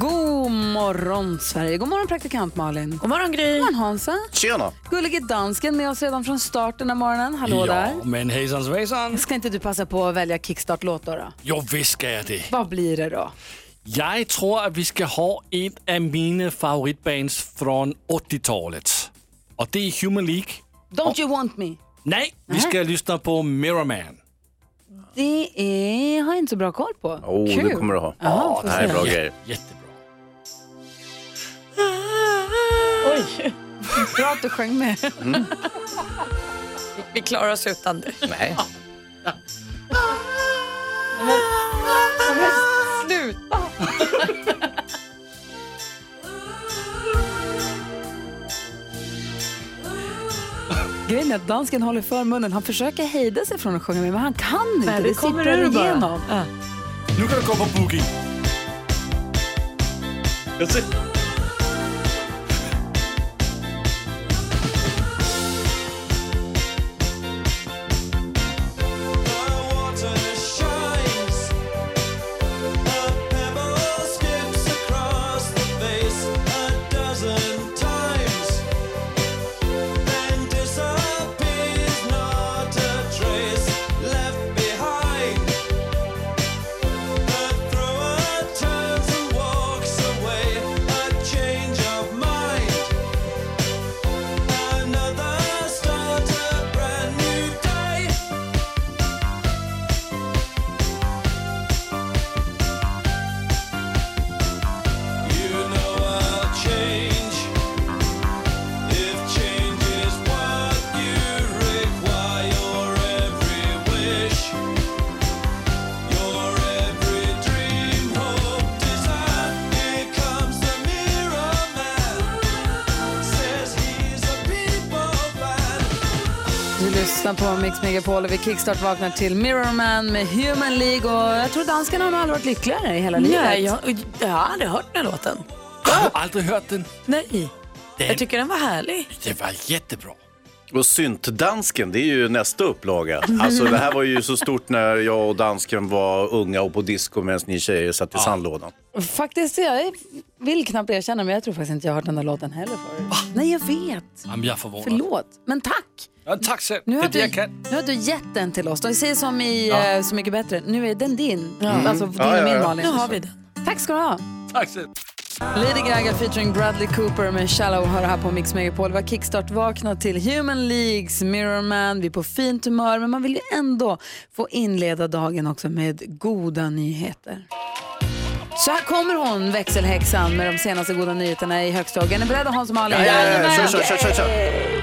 God morgon, Sverige. God morgon, praktikant Malin. God morgon, Gry. God morgon, Hansa. Tjena! Gullige dansken med oss redan från starten den här morgonen. Hallå där. men hejsan svejsan. Ska inte du passa på att välja kickstart-låt då, då? Jo, visst ska jag det. Vad blir det då? Jag tror att vi ska ha ett av mina favoritbands från 80-talet. Och det är Human League. Don't you want me? Nej, vi ska lyssna på Mirror Man. Det är... har jag inte så bra koll på. Oh, det kommer du ha. Ja, det här är bra grejer. Jättebra. Bra att du sjöng med. Vi klarar oss utan det. Nej. Sluta! Grejen är att dansken håller för munnen. Han försöker hejda sig från att sjunga med, men han kan inte. Nej, det, det kommer sipprar ur bara. igenom. Nu kan du komma på boogie. Jag ser. Du lyssnar på Mix Megapol och vi kickstart vaknar till Mirror Man med Human League och jag tror danskarna har nog aldrig varit lyckligare i hela livet. Nej, jag, jag har aldrig hört den här låten. Har du aldrig hört den? Nej. Den, Jag tycker den var härlig. det var jättebra. Och syntdansken, det är ju nästa upplaga. Alltså det här var ju så stort när jag och dansken var unga och på disco medan ni tjejer satt i sandlådan. Faktiskt, jag vill knappt erkänna men jag tror faktiskt inte jag har hört den där låten heller förut. Nej, jag vet. Jamen, jag är förvånad. Förlåt. Men tack. Ja, tack själv. Nu det har, är det du, jag kan. nu har du gett den till oss. De säger som i eh, Så mycket bättre. Nu är den din. Alltså Mm. din Ja, och ja, min ja. Malin. Nu har vi den. Tack ska du ha. Tack själv. Lady Gaga featuring Bradley Cooper med Shallow hör här på Mix Megapol. Vi har kickstart-vaknat till Human Leagues, Mirror Man. Vi är på fint humör, men man vill ju ändå få inleda dagen också med goda nyheter. Så här kommer hon, växelhäxan, med de senaste goda nyheterna i högstågen. Är ni beredda, Hans och Malin? Jajamän! Kör, kör, kör, kör, kör.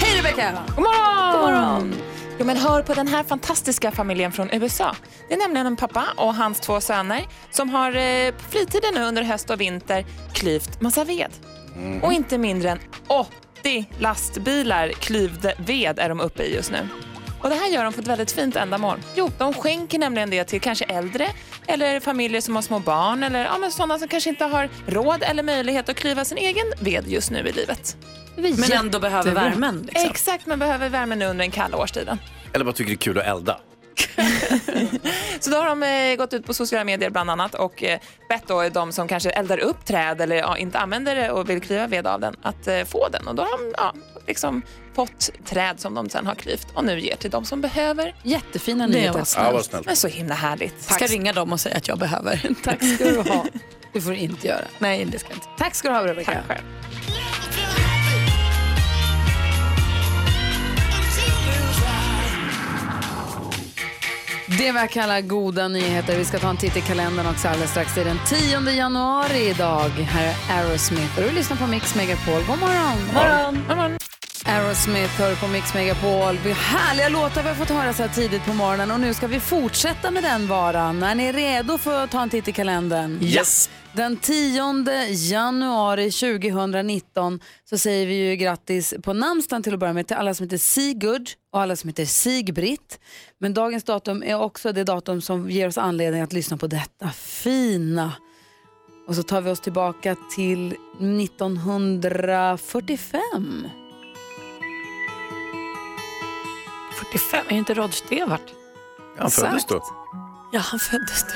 Hej Rebecca! God morgon! Jo, men hör på den här fantastiska familjen från USA. Det är nämligen en pappa och hans två söner som har eh, på fritiden nu under höst och vinter klyvt massa ved. Och inte mindre än 80 lastbilar klyvd ved är de uppe i just nu. Och Det här gör de för ett väldigt fint ändamål. Jo, de skänker nämligen det till kanske äldre eller familjer som har små barn eller ja, men sådana som kanske inte har råd eller möjlighet att klyva sin egen ved just nu i livet. Men ändå behöver värmen. Liksom. Exakt, man behöver värmen nu under den kalla årstiden. Eller bara tycker det är kul att elda. Så då har de eh, gått ut på sociala medier bland annat och eh, bett då de som kanske eldar upp träd eller ja, inte använder det och vill klyva ved av den att eh, få den. Och då har de ja, liksom fått träd som de sen har klyvt och nu ger till de som behöver. Jättefina Det nyheter. var Ja, vad snällt. Men så himla härligt. Jag ska ringa dem och säga att jag behöver. Tack ska du ha. Det får du inte göra. Nej, det ska jag inte. Tack ska du ha, Rebecca. Tack själv. Det vi kallar goda nyheter. Vi ska ta en titt i kalendern också alldeles strax. Det är den 10 januari idag. Här är Aerosmith och du lyssnar på Mix Megapol. God morgon! Ja, men- Aerosmith hör på Mix Megapol. Vi härliga låtar vi har fått höra så här tidigt på morgonen och nu ska vi fortsätta med den varan. Är ni redo för att ta en titt i kalendern? Yes! Den 10 januari 2019 så säger vi ju grattis på namnsdagen till att börja med till alla som heter Sigurd och alla som heter Sigbritt. Men dagens datum är också det datum som ger oss anledning att lyssna på detta fina. Och så tar vi oss tillbaka till 1945. 45, är inte Rod Stewart? Han föddes då. Ja, han föddes då.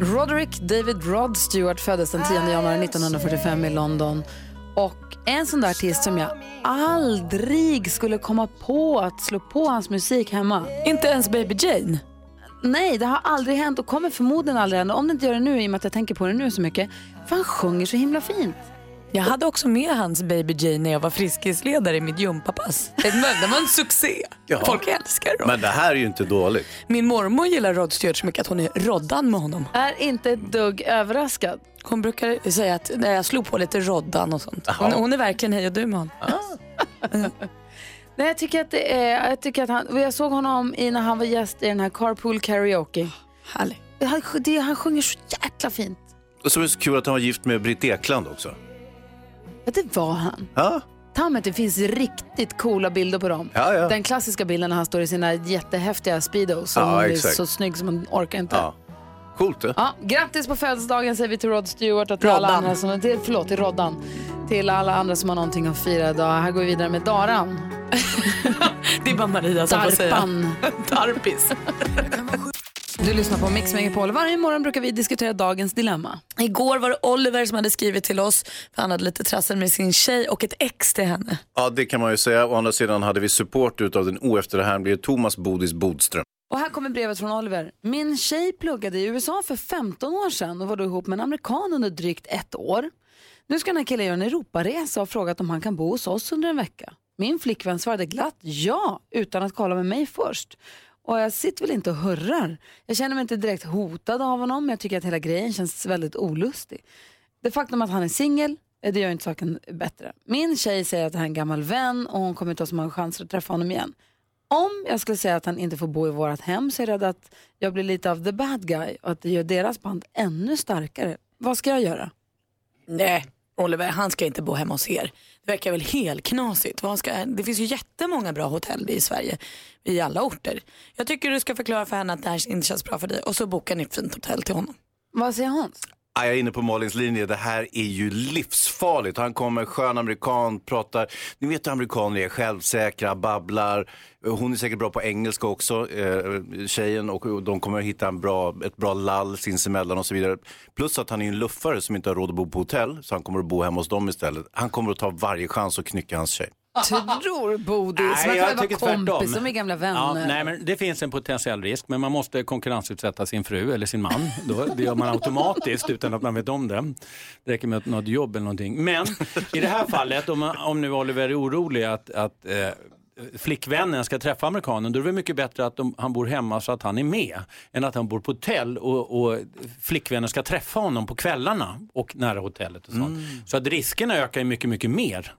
Roderick David Rod Stewart föddes den 10 januari 1945 i London. Och en sån där artist som jag aldrig skulle komma på att slå på hans musik hemma. Inte ens Baby Jane. Nej, det har aldrig hänt och kommer förmodligen aldrig hända. Om det inte gör det nu, i och med att jag tänker på det nu så mycket. För han sjunger så himla fint. Jag hade också med hans Baby Jane när jag var friskisledare i mitt gympapass. Det var det var en succé. Jaha. Folk älskar Rod. Men det här är ju inte dåligt. Min mormor gillar Rod Stewart så mycket att hon är Roddan med honom. Är inte ett dugg överraskad. Hon brukar säga att när jag slog på lite Roddan och sånt. Hon, hon är verkligen hej och du med honom. Nej, jag tycker att, det är, jag, tycker att han, och jag såg honom i, när han var gäst i den här Carpool Karaoke. Härlig. Han, det, han sjunger så jäkla fint. Och så är det så kul att han var gift med Britt Ekland också. Ja, det var han. Ja, Ta mig att det finns riktigt coola bilder på dem. ja. ja. Den klassiska bilden när han står i sina jättehäftiga speedos. Som Ja, är exakt. så snygg som man orkar inte. ja. Coolt det. Ja, grattis på födelsedagen säger vi till Rod Stewart och till alla Roddan. andra som, till, förlåt, till Roddan. Till alla andra som har någonting att fira idag. Här går vi vidare med Daran. Det är bara Maria som får säga. Darpan. Tarpis. Du lyssnar på Mix Megapol. Varje morgon brukar vi diskutera dagens dilemma. Igår var det Oliver som hade skrivit till oss för han hade lite trassel med sin tjej och ett ex till henne. Ja, det kan man ju säga. Å andra sidan hade vi support utav den oefterhärmlige Thomas Bodis Bodström. Och här kommer brevet från Oliver. Min tjej pluggade i USA för 15 år sedan och var då ihop med en amerikan under drygt ett år. Nu ska den här killen göra en Europaresa och frågat om han kan bo hos oss under en vecka. Min flickvän svarade glatt ja utan att kolla med mig först. Och jag sitter väl inte och hurrar. Jag känner mig inte direkt hotad av honom men jag tycker att hela grejen känns väldigt olustig. Det faktum att han är singel, eh, det gör inte saken bättre. Min tjej säger att han är en gammal vän och hon kommer inte ha så många chanser att träffa honom igen. Om jag skulle säga att han inte får bo i vårt hem så är jag rädd att jag blir lite av the bad guy och att det gör deras band ännu starkare. Vad ska jag göra? Nej, Oliver han ska inte bo hemma hos er. Det verkar väl helt knasigt. Vad ska, det finns ju jättemånga bra hotell i Sverige, i alla orter. Jag tycker du ska förklara för henne att det här inte känns bra för dig och så bokar ni ett fint hotell till honom. Vad säger Hans? Ja, Ah, jag är inne på Malins linje. Det här är ju livsfarligt. Han kommer, skön amerikan, pratar. Ni vet hur amerikaner är, självsäkra, babblar. Hon är säkert bra på engelska också, eh, tjejen. Och de kommer hitta en bra, ett bra lall sinsemellan och så vidare. Plus att han är en luffare som inte har råd att bo på hotell. Så han kommer att bo hemma hos dem istället. Han kommer att ta varje chans och knycka hans tjej. Tror Bodis. Nej, jag Man kan ju tycker vara kompis, tvärtom. de är gamla Ja, vänner. nej, men det finns en potentiell risk, men man måste konkurrensutsätta sin fru eller sin man. Då, det gör man automatiskt utan att man vet om det. Det räcker med något jobb eller någonting. Men i det här fallet, om, om nu Oliver är orolig att, att eh, flickvännen ska träffa amerikanen, då är det väl mycket bättre att de, han bor hemma så att han är med, än att han bor på hotell och, och flickvännen ska träffa honom på kvällarna och nära hotellet och sånt. Mm. Så att riskerna ökar ju mycket, mycket mer.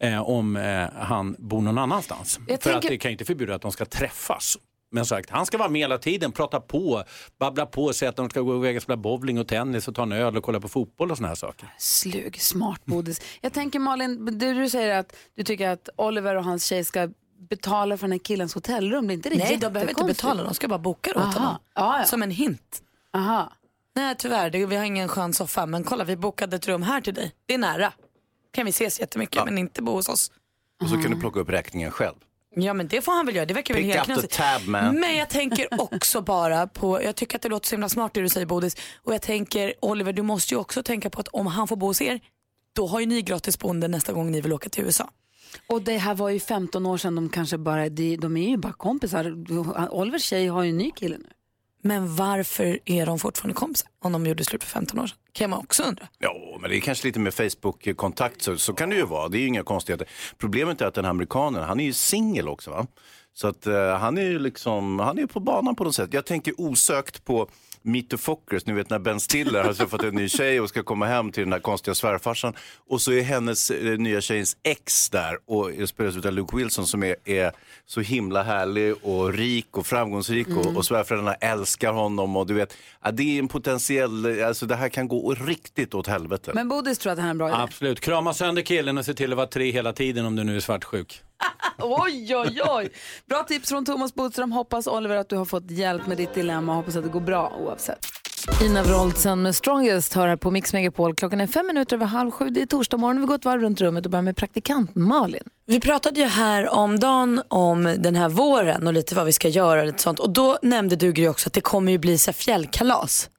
Eh, om eh, han bor någon annanstans. Jag För tänker- att det kan ju inte förbjuda att de ska träffas. Men som sagt, han ska vara med hela tiden, prata på, babbla på, säga att de ska gå iväg och spela bowling och tennis och ta en öl och kolla på fotboll och såna här saker. Slug, smart Bodis. Jag tänker Malin, det du säger att du tycker att Oliver och hans tjej ska betala för den här killens hotellrum, blir inte det Nej, de behöver inte jättekonstigt? betala, de ska bara boka det åt Aha. honom. Ja, ja. Som en hint. Aha. Nej tyvärr, det, vi har ingen skön soffa, men kolla vi bokade ett rum här till dig. Det är nära. Kan vi ses jättemycket men inte bo hos oss. Och så kan du plocka upp räkningen själv. Ja men det får han väl göra, det verkar väl Pick helt up the knasigt. tab, man. Men jag tänker också bara på, jag tycker att det låter så himla smart det du säger Bodis. Och jag tänker Oliver du måste ju också tänka på att om han får bo hos er, då har ju ni gratis boende nästa gång ni vill åka till USA. Och det här var ju 15 år sedan, de kanske bara, de, de är ju bara kompisar. Olivers tjej har ju en ny kille nu. Men varför är de fortfarande kompisar om de gjorde slut för 15 år sedan? Kan man också undra. Ja, men det är kanske lite mer Facebook-kontakt, så, så kan det ju vara. Det är ju inga konstigheter. Problemet är att den här amerikanen, han är ju singel också. va? Så att eh, han är ju liksom, han är ju på banan på något sätt. Jag tänker osökt på Meet the Fockers, ni vet när Ben Stiller har träffat en ny tjej och ska komma hem till den där konstiga svärfarsan. Och så är hennes eh, nya tjejens ex där och spelas av Luke Wilson som är, är så himla härlig och rik och framgångsrik och, och svärföräldrarna älskar honom och du vet, ja, det är en potentiell, alltså det här kan gå riktigt åt helvete. Men Bodis tror att det här är en bra idé. Absolut. Krama sönder killen och se till att vara tre hela tiden om du nu är svartsjuk. Oj, oj, oj. Bra tips från Thomas Bodström. Hoppas Oliver att du har fått hjälp med ditt dilemma. Hoppas att det går bra oavsett. Ina Wroldsen med Strongest hör här på Mix Megapol. Klockan är fem minuter över halv sju. Det är torsdag morgon. Vi går ett varv runt rummet och börjar med praktikant Malin. Vi pratade ju här om dagen om den här våren och lite vad vi ska göra och lite sånt. Och då nämnde du Gry också att det kommer ju bli så här fjällkalas.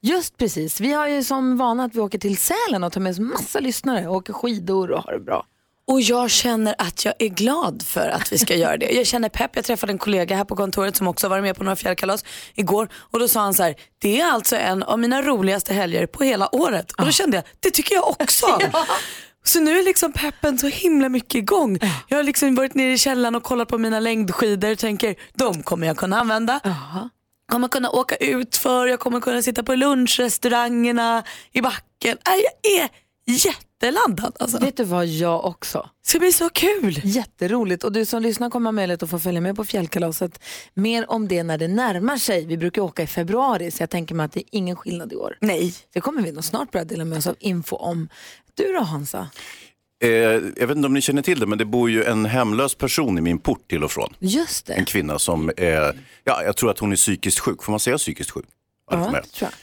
Just precis. Vi har ju som vana att vi åker till Sälen och tar med oss massa lyssnare och åker skidor och har det bra. Och jag känner att jag är glad för att vi ska göra det. Jag känner pepp. Jag träffade en kollega här på kontoret som också varit med på några fjällkalas igår och då sa han så här, det är alltså en av mina roligaste helger på hela året. Ah. Och då kände jag, det tycker jag också. Så nu är liksom peppen så himla mycket igång. Ah. Jag har liksom varit nere i källaren och kollat på mina längdskidor och tänker, de kommer jag kunna använda. Ah. Jag kommer kunna åka ut för, jag kommer kunna sitta på lunchrestaurangerna i backen. Nej, Jag är jätteladdad alltså. Vet du vad, jag också. Det ska bli så kul. Jätteroligt. Och du som lyssnar kommer ha möjlighet att få följa med på fjällkalaset. Mer om det när det närmar sig. Vi brukar åka i februari så jag tänker mig att det är ingen skillnad i år. Nej. Det kommer vi nog snart börja dela med oss av info om. Du då Hansa? Eh, jag vet inte om ni känner till det, men det bor ju en hemlös person i min port till och från. Just En det. kvinna som, eh, ja, jag tror att hon är psykiskt sjuk, får man säga psykiskt sjuk? Ja, det får man Ja, göra. tror jag.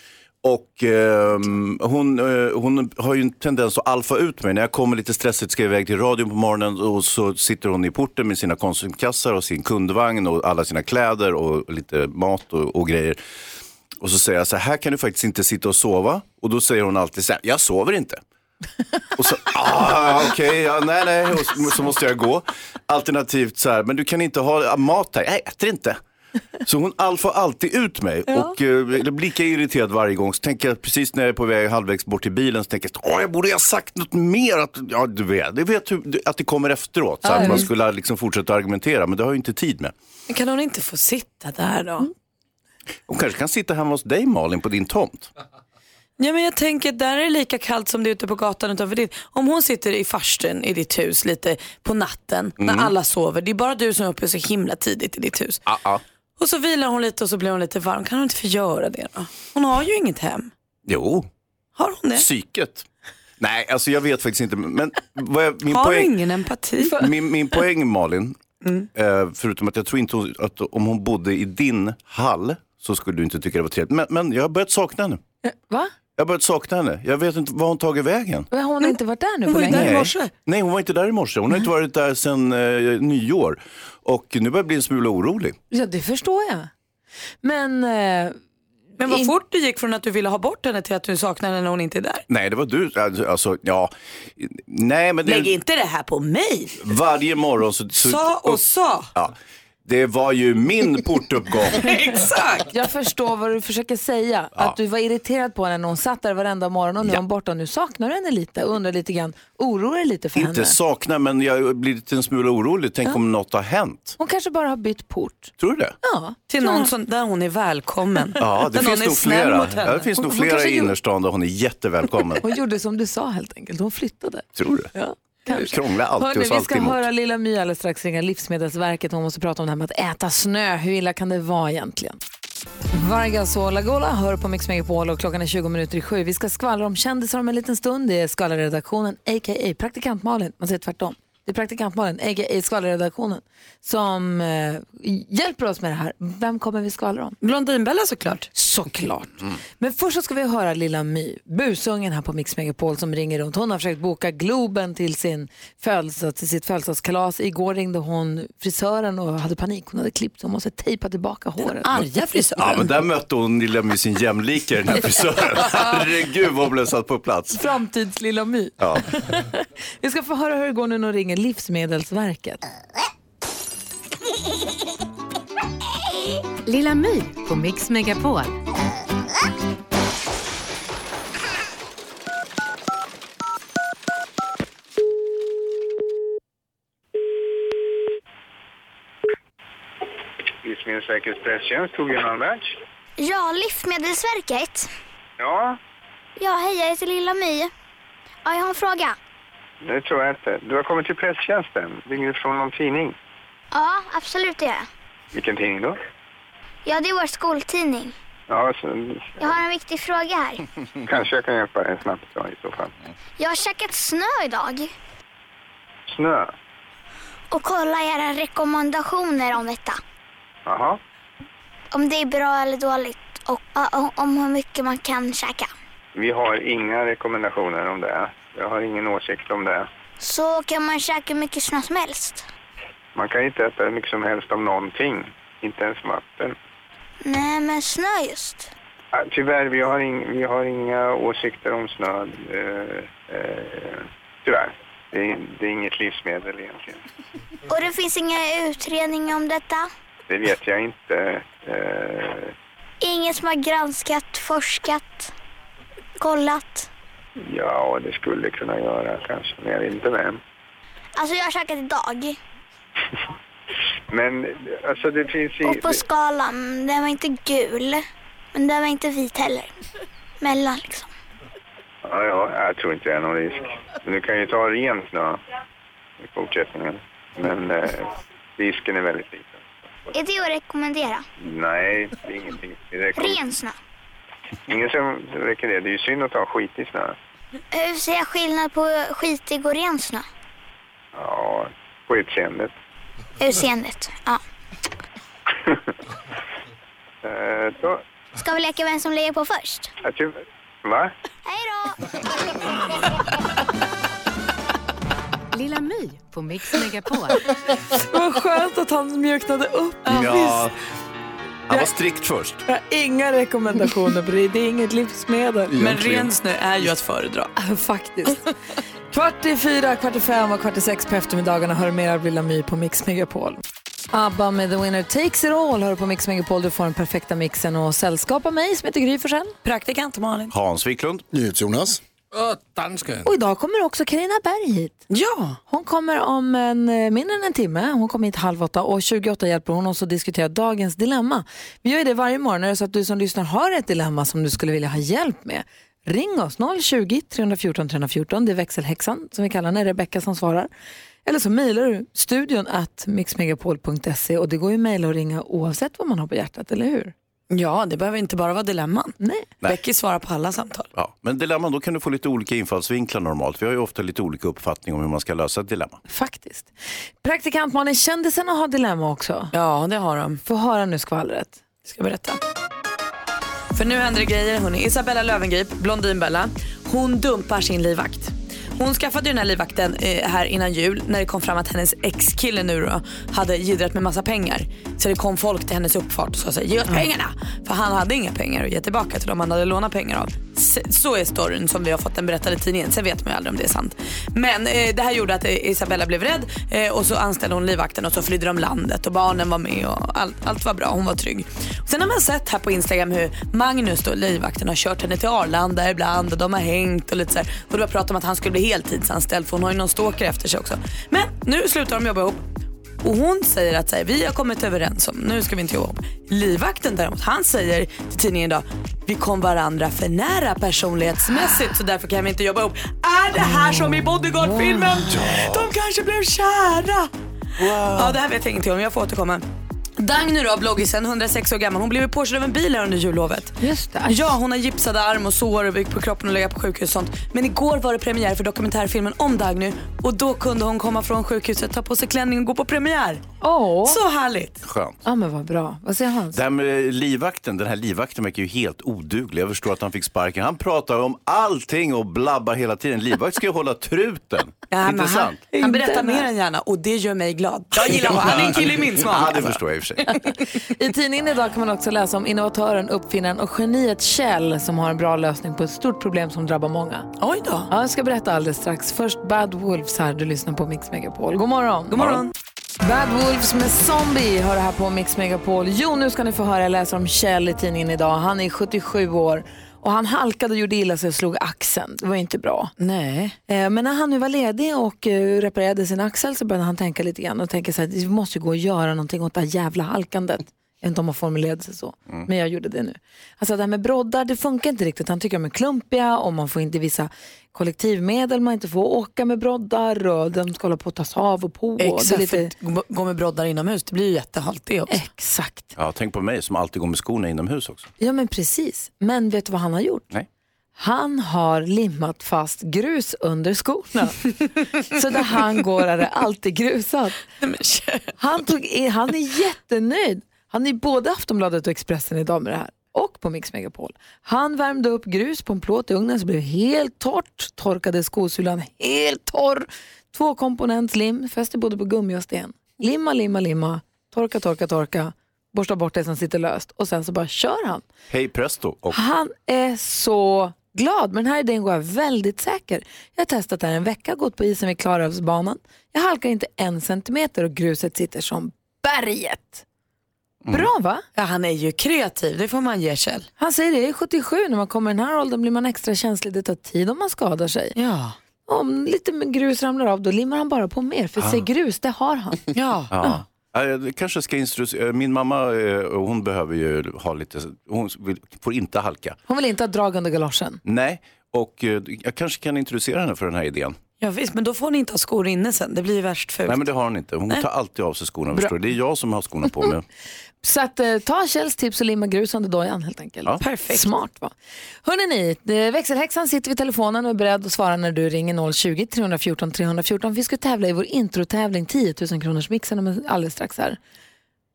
Och ehm, hon, eh, hon har ju en tendens att alfa ut mig. När jag kommer lite stressigt ska jag iväg till radion på morgonen och så sitter hon i porten med sina konsumkassar och sin kundvagn och alla sina kläder och lite mat och, och grejer. Och så säger jag så här, här kan du faktiskt inte sitta och sova. Och då säger hon alltid så här, jag sover inte. Och så, ah, okej, ja, nej, nej, och så, så måste jag gå. Alternativt så här, men du kan inte ha ah, mat här, jag äter inte. Så hon all, får alltid ut mig och eh, jag blir lika irriterad varje gång. Så tänker jag precis när jag är på väg halvvägs bort till bilen så tänker jag, åh jag borde ha sagt något mer. Att, ja, du vet, du vet hur, att det kommer efteråt. Så att man skulle liksom fortsätta argumentera, men det har jag ju inte tid med. Men kan hon inte få sitta där då? Hon kanske kan sitta hemma hos dig Malin på din tomt. Ja, men jag tänker där är det lika kallt som det är ute på gatan utanför ditt. Om hon sitter i farstun i ditt hus lite på natten Mm. när alla sover. Det är bara du som är uppe så himla tidigt i ditt hus. Ah, ah. Och så vilar hon lite och så blir hon lite varm. Kan hon inte få göra det då? Hon har ju inget hem. Jo, Har hon det? psyket. Nej, alltså jag vet faktiskt inte. Men vad jag, min Har poäng... hon ingen empati? min, min poäng Malin, eh, förutom att jag tror inte hon- att om hon bodde i din hall så skulle du inte tycka det var trevligt. Men, men jag har börjat sakna henne. Eh, Va? Jag har börjat sakna henne. Jag vet inte, var hon tagit vägen? Men Hon har inte varit där nu på Mm. var ju länge. där i morse. Nej, hon var inte där i morse. Hon har inte varit där sedan eh, nyår. Och nu börjar jag bli en smula orolig. Ja, det förstår jag. Men eh, Men vad In- fort det gick från att du ville ha bort henne till att du saknar henne när hon inte är där. Nej, det var du. Alltså, ja. Nej, men Lägg det, inte det här på mig. varje morgon så... så Sa och sa. ja. Det var ju min portuppgång. Exakt. jag förstår vad du försöker säga. Att du var irriterad på henne när hon satt där varenda morgon och nu är hon borta. Nu saknar du henne lite och undrar lite grann. Oroar dig lite för Inte henne. sakna, men jag blir lite en smula orolig. Tänk om något har hänt. Hon kanske bara har bytt port. Tror du det? Ja. Till någon som, där hon är välkommen. Ja, det där någon finns är nog snäll flera. mot henne. Ja, det finns Hon- nog hon flera kanske i gjorde- innerstan där hon är jättevälkommen. Hon gjorde som du sa helt enkelt. Hon flyttade. Tror du? Ja, Vi krånglar alltid Hörrni, oss vi ska alltid emot. höra Lilla My alldeles strax ringa Livsmedelsverket. Hon måste prata om det här med att äta snö. Hur illa kan det vara egentligen? Vargas och Lagola hör på Mix Megapol och klockan är 20 minuter i sju. Vi ska skvallra om kändisar om en liten stund. Det är skvallerredaktionen, a.k.a. praktikant Malin. Man säger tvärtom. Det är praktikant Malin, a.k.a. skvallerredaktionen, som eh, hjälper oss med det här. Vem kommer vi skvallra om? Blondinbella såklart. Såklart. Mm. Men först så ska vi höra lilla My, busungen här på Mix Megapol som ringer runt. Hon har försökt boka Globen till, sin födelsedag, till sitt födelsedagskalas. Igår ringde hon frisören och hade panik. Hon hade klippt sig, hon måste tejpa tillbaka håret. Arga Ja, frisören. men där mötte hon lilla My sin jämlike, den här frisören. Herregud vad hon blev satt på plats. Framtids lilla My. Ja. Vi ska få höra hur det går nu när hon ringer Livsmedelsverket. Lilla My på Mix Megapol. min säkerhetspresstjänst. Tog jag någon match? Ja, Livsmedelsverket. Ja, Ja, hej, jag heter Lilla My. Ja, jag har en fråga. det tror jag inte. Du har kommit till presstjänsten. Ringer du från någon tidning? Ja, absolut det gör jag. Vilken tidning då? Ja, det är vår skoltidning. Ja, så, Jag har en viktig fråga här. kanske jag kan hjälpa dig snabbt då, i så fall. Jag har käkat snö idag Snö? och kolla era rekommendationer om detta. Jaha. Om det är bra eller dåligt och ja, och om hur mycket man kan käka. Vi har inga rekommendationer om det. Jag har ingen åsikt om det. Så kan man käka hur mycket snö som helst. Man kan inte äta hur mycket som helst om någonting. Inte ens vatten. Nej, men snö just. Ja, Tyvärr, vi har, ing, vi har inga åsikter om snö. Eh, eh, tyvärr. Det är, det är inget livsmedel egentligen. Och det finns inga utredningar om detta. Det vet jag inte. Eh, Ingen som har granskat, forskat, kollat. ja, det skulle kunna göra kanske, men jag vet inte vem. Alltså jag har käkat idag. Men alltså det finns Och i, på skalan, den var inte gul. Men den var inte vit heller. Mellan liksom. ja, ja, jag tror inte det är någon risk. Men du kan ju ta ren snö i fortsättningen. Men eh, risken är väldigt liten. Är det att rekommendera? Nej, det är ingenting. Det räcker- Ren snö. Ingen som räcker det. Det är ju synd att ha skit i snö. Hur ser jag skillnad på skitig och ren snö? Ja, på utseendet. Utseendet. Ja. Eh, då, Ska vi leka vem som lägger på först? jag tror, va? Lilla My på Mix Megapol. Vad skönt att han mjuknade upp. Ja, han var strikt först. Jag har inga rekommendationer på det. Det är inget livsmedel. Men Egentligen. ren snö är ju att föredra. Faktiskt. Kvart i fyra, kvart i fem och kvart i sex på eftermiddagarna hör du mer av Lilla My på Mix Megapol. ABBA med The Winner Takes It All hör du på Mix Megapol. Du får den perfekta mixen och sällskap av mig som heter Gry Forssell. Praktikant Malin. Hans Wiklund. Jonas. dansken. Och idag kommer också Karina Berg hit. Ja. Hon kommer om en, eh, mindre än en timme. Hon kommer hit halv åtta och 28 hjälper hon oss att diskutera dagens dilemma. Vi gör ju det varje morgon. Är det så att du som lyssnar har ett dilemma som du skulle vilja ha hjälp med? Ring oss 020-314 314. Det är växelhäxan som vi kallar henne, Rebecka som svarar. Eller så mejlar du studion att mixmegapol.se och det går ju att mejla och ringa oavsett vad man har på hjärtat, eller hur? Ja, det behöver inte bara vara dilemman. Nej. Becky svarar på alla samtal. Ja, men dilemman, då kan du få lite olika infallsvinklar normalt. Vi har ju ofta lite olika uppfattning om hur man ska lösa ett dilemma. Faktiskt. Praktikant Malin, kändisarna har dilemma också. Ja, det har de. Få höra nu skvallret. Ska berätta. För nu händer det grejer. Hon är Isabella Löwengrip, Blondinbella. Hon dumpar sin livvakt. Hon skaffade ju den här livvakten eh, här innan jul när det kom fram att hennes ex-kille nu då hade jiddrat med massa pengar. Så det kom folk till hennes uppfart och sa så här, Mm. ge oss pengarna. För han hade inga pengar att ge tillbaka till dem han hade lånat pengar av. S- Så är storyn som vi har fått den berättad i tidningen. Sen vet man ju aldrig om det är sant. Men eh, det här gjorde att eh, Isabella blev rädd eh, och så anställde hon livvakten och så flydde de landet och barnen var med och allt, allt var bra. Hon var trygg. Sen har man sett här på Instagram hur Magnus då, livvakten, har kört henne till Arlanda ibland och de har hängt och lite så här. Och det var prat om att han skulle bli heltidsanställd för hon har ju någon stalker efter sig också. Men nu slutar de jobba ihop. Och hon säger att så här, vi har kommit överens om, nu ska vi inte jobba om. Livvakten däremot, han säger till tidningen idag, vi kom varandra för nära personlighetsmässigt så därför kan vi inte jobba ihop. Är det här som i Bodyguard-filmen? De kanske blev kära. Ja, det här vet jag ingenting om, jag får återkomma. Dagny då, bloggisen, 106 år gammal, hon blev ju påkörd av en bil här under jullovet. Just det. Ja, hon har gipsade arm och sår och gick på kroppen och legat på sjukhus och sånt. Men igår var det premiär för dokumentärfilmen om Dagny och då kunde hon komma från sjukhuset, ta på sig klänning och gå på premiär. Åh. Så härligt. Skönt. Ja, men vad bra. Vad säger Hans? Det här med livvakten, den här livvakten verkar ju helt oduglig. Jag förstår att han fick sparken. Han pratar om allting och blabbar hela tiden. Livvakt ska ju hålla truten. Intressant. Han, han berättar mer än gärna och det gör mig glad. Jag gillar honom, han är en kille i min smak. Ja, det förstår jag i och för sig. I tidningen idag kan man också läsa om innovatören, uppfinnaren och geniet Kjell som har en bra lösning på ett stort problem som drabbar många. Oj då. Ja, jag ska berätta alldeles strax. Först Bad Wolves här. Du lyssnar på Mix Megapol. God morgon. God morgon. Bad Wolves med Zombie har det här på Mix Megapol. Jo, nu ska ni få höra. Jag läser om Kjell i tidningen idag. Han är 77 år och han halkade och gjorde illa sig och slog axeln. Det var ju inte bra. Nej. Eh, Men när han nu var ledig och eh, reparerade sin axel så började han tänka lite grann och tänka så här, vi måste ju gå och göra någonting åt det här jävla halkandet. Jag vet inte om man formulerade sig så, Mm. men jag gjorde det nu. Alltså det här med broddar, det funkar inte riktigt. Han tycker de är klumpiga och man får inte vissa kollektivmedel, man inte får åka med broddar och de ska hålla på att tas av och på. och det är Exakt, lite- för att gå- gå med broddar inomhus, det blir ju jättehalt det också. Exakt. Ja, tänk på mig som alltid går med skorna inomhus också. Ja men precis. Men vet du vad han har gjort? Nej. Han har limmat fast grus under skorna. så där han går är det alltid grusat. Han, tog i, han är jättenöjd. Han är i både Aftonbladet och Expressen idag med det här. Och på Mix Megapol. Han värmde upp grus på en plåt i ugnen så blev det helt torrt. Torkade skosulan helt torr. Två komponentslim, fäste både på gummi och sten. Limma, limma, limma. Torka, torka, torka. Borsta bort det som sitter löst. Och sen så bara kör han. Hej presto! Och Han är så glad. Men den här idén går jag väldigt säker. Jag har testat det här en vecka, gått på isen vid Klarälvsbanan. Jag halkar inte en centimeter och gruset sitter som berget. Mm. Bra va? Ja, han är ju kreativ, det får man ge Kjell. Han säger det, jag är 77, när man kommer i den här åldern blir man extra känslig. Det tar tid om man skadar sig. Ja. Om lite grus ramlar av då limmar han bara på mer, för Ah. se grus, det har han. Ja. Ja. Ja, Jag kanske ska instruera, min mamma eh, hon behöver ju ha lite, hon vill, får inte halka. Hon vill inte ha drag under galoschen. Nej, och eh, jag kanske kan introducera henne för den här idén. Ja visst, men då får ni inte ha skor inne sen, det blir ju värst fult. Nej men det har hon inte, hon tar alltid av sig skorna Bra. förstår du. Det är jag som har skorna på mig. Så att, eh, ta Kjells tips och limma grus under dojan helt enkelt. Ja. Perfekt. Smart va? Hörrni, ni, eh, växelhäxan sitter vid telefonen och är beredd att svara när du ringer 020-314 314. Vi ska tävla i vår introtävling 10 000 kronors mixen om alldeles strax här.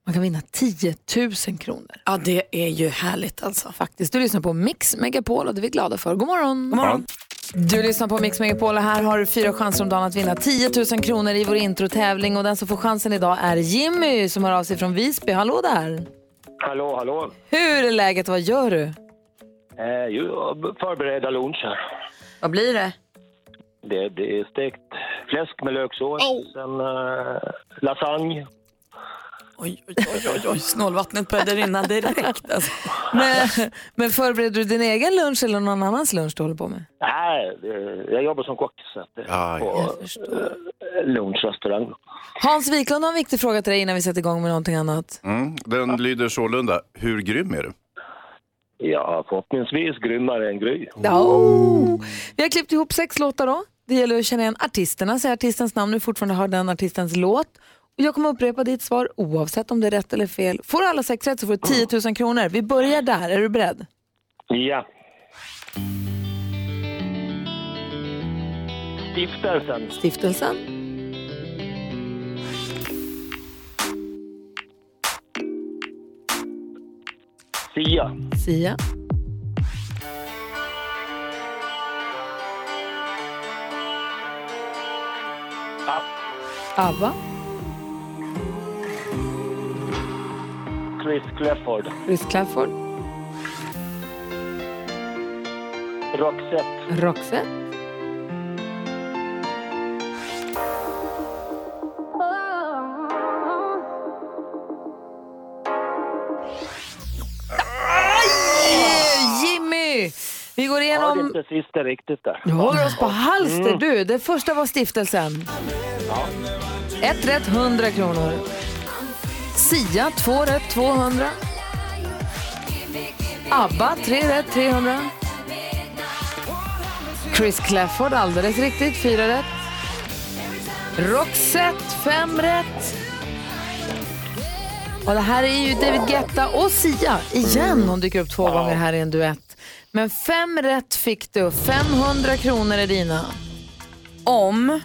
Man kan vinna 10 000 kronor. Ja det är ju härligt alltså. Faktiskt, du lyssnar på Mix Megapol och det är vi glada för. God morgon! God morgon. Du lyssnar på Mix Megapol och här har du fyra chanser om dagen att vinna 10 000 kronor i vår introtävling och den som får chansen idag är Jimmy som hör av sig från Visby. Hallå där! Hallå, hallå. Hur är läget? Vad gör du? Eh, ju, förbereda lunch här. Vad blir det? Det, det är stekt fläsk med löksås, sen eh, lasagne. Oj, oj, oj, snålvattnet började rinna direkt alltså. Men, men förbereder du din egen lunch eller någon annans lunch du håller på med? Nej, det- Äh, eh, jag jobbar som kock så att, ah, på eh, lunchrestaurang. Hans Wiklund har en viktig fråga till dig innan vi sätter igång med någonting annat. Mm. Den lyder sålunda, hur grym är du? Ja, förhoppningsvis grymmare än Gry. Ja, oh. Vi har klippt ihop sex låtar då. Det gäller att känna igen artisterna, säga artistens namn, nu fortfarande hör den artistens låt. Och jag kommer upprepa ditt svar oavsett om det är rätt eller fel. Får du alla sex rätt så får du 10 000 kronor. Vi börjar där, är du beredd? Ja. Stiftelsen. Stiftelsen. Sia. Sia. Ah, ABBA. Chris Clefford. Chris Clafford. Roxette. Roxette. Aj! Jimmy! Vi går Ja, det är igenom... inte sista riktigt där. Du håller oss på halster Mm. du. Det första var stiftelsen. Ett rätt, 100 kronor. Sia, två rätt, 200. ABBA, tre rätt, 300. Chris Clafford, alldeles riktigt, fyra rätt. Roxette, fem rätt. Och det här är ju David Guetta och Sia igen. Hon dyker upp två gånger här i en duett. Men fem rätt fick du. 500 kronor är dina. Om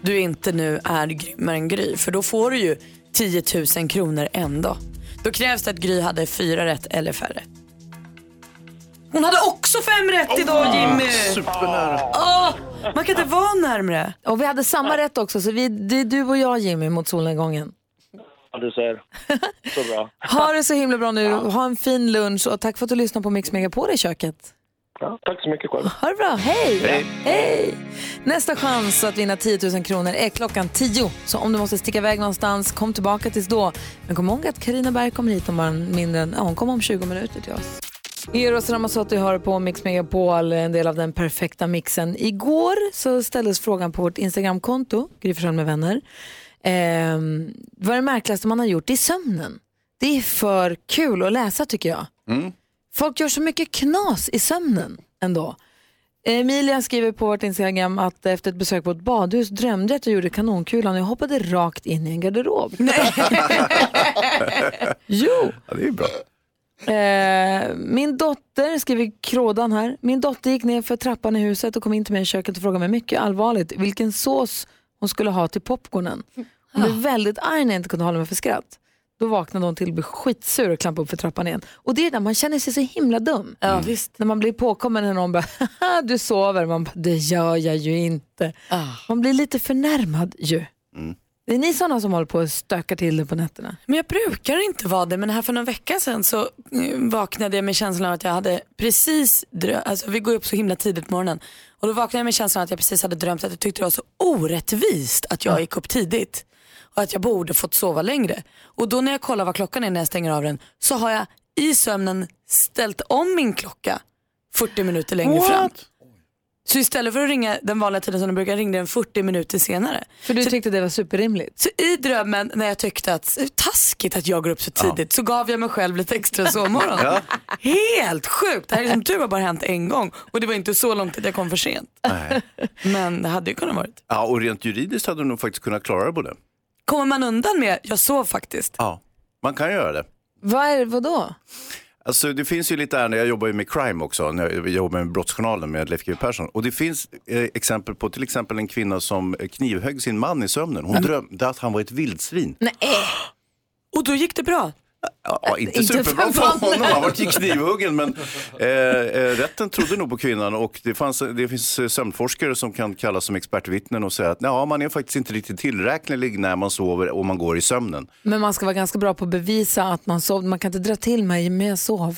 du inte nu är grymmare än Gry, för då får du ju 10 000 kronor ändå. Då krävs det att Gry hade fyra rätt eller färre. Hon hade också fem rätt idag Jimmy! Supernära. Åh, man kan inte vara närmre. Och vi hade samma rätt också, så vi, det är du och jag Jimmy mot solnedgången. Ja, du ser. Så bra. Ha det så himla bra nu, ha en fin lunch och tack för att du lyssnade på Mix Megapol i köket. Ja, tack så mycket själv. Ha det bra, hej! Hej. hej. Nästa chans att vinna 10 000 kronor är klockan 10. Så om du måste sticka iväg någonstans, kom tillbaka tills då. Men kom ihåg att Karina Berg kommer hit om bara mindre än, ja, hon kommer om 20 minuter till oss. Eros Ramazzotti hör på Mix Megapol, en del av den perfekta mixen. Igår så ställdes frågan på vårt Instagramkonto, Gry Forssell med vänner, ehm, vad är det märkligaste man har gjort i sömnen? Det är för kul att läsa tycker jag. Mm. Folk gör så mycket knas i sömnen ändå. Emilia skriver på vårt Instagram att efter ett besök på ett badhus drömde jag att jag gjorde kanonkulan och jag hoppade rakt in i en garderob. jo! Ja, det är bra. Eh, min dotter, skriver Krådan här, min dotter gick ner för trappan i huset och kom in till mig i köket och frågade mig mycket allvarligt vilken sås hon skulle ha till popcornen. Hon Ah. blev väldigt arg när jag inte kunde hålla mig för skratt. Då vaknade hon till och blev skitsur och klampade upp för trappan igen. Och det är där man känner sig så himla dum. Ja, Mm. visst. När man blir påkommen när någon bara, Haha, du sover. Man bara, det gör jag ju inte. Ah. Man blir lite förnärmad ju. Det är ni sådana som håller på och stökar till det på nätterna. Men jag brukar inte vara det, men här för någon vecka sedan så eh, vaknade jag med känslan av att jag hade precis drömt, alltså vi går upp så himla tidigt på morgonen och då vaknade jag med känslan av att jag precis hade drömt att jag tyckte det var så orättvist att jag gick upp tidigt och att jag borde fått sova längre. Och då när jag kollar vad klockan är när jag stänger av den så har jag i sömnen ställt om min klocka 40 minuter längre fram. Så istället för att ringa den vanliga tiden som den brukar ringde den 40 minuter senare. För du tyckte det var superrimligt? Så i drömmen när jag tyckte att taskigt att jag går upp så tidigt så gav jag mig själv lite extra sovmorgon. Ja. Helt sjukt! Det här är som tur var bara hänt en gång och det var inte så långt att jag kom för sent. Nej. Men det hade ju kunnat vara. Ja, och rent juridiskt hade du nog faktiskt kunnat klara det både. Kommer man undan med jag sov faktiskt? Ja, man kan göra det. Vad är, vadå? Alltså det finns ju lite ärenden, jag jobbar ju med crime också, när jag jobbar med Brottsjournalen med Leif GW Persson. Och det finns eh, exempel på till exempel en kvinna som eh, knivhögg sin man i sömnen. Hon drömde att han var ett vildsvin. Nej. Mm. Och då gick det bra? Ja, inte, Inte för superbra för mannen. honom, han var knivhuggen. Men eh, eh, rätten trodde nog på kvinnan och det, fanns, det finns eh, sömnforskare som kan kallas som expertvittnen och säga att ja, man är faktiskt inte riktigt tillräknelig när man sover och man går i sömnen. Men man ska vara ganska bra på att bevisa att man sov. Man kan inte dra till mig, men jag sov.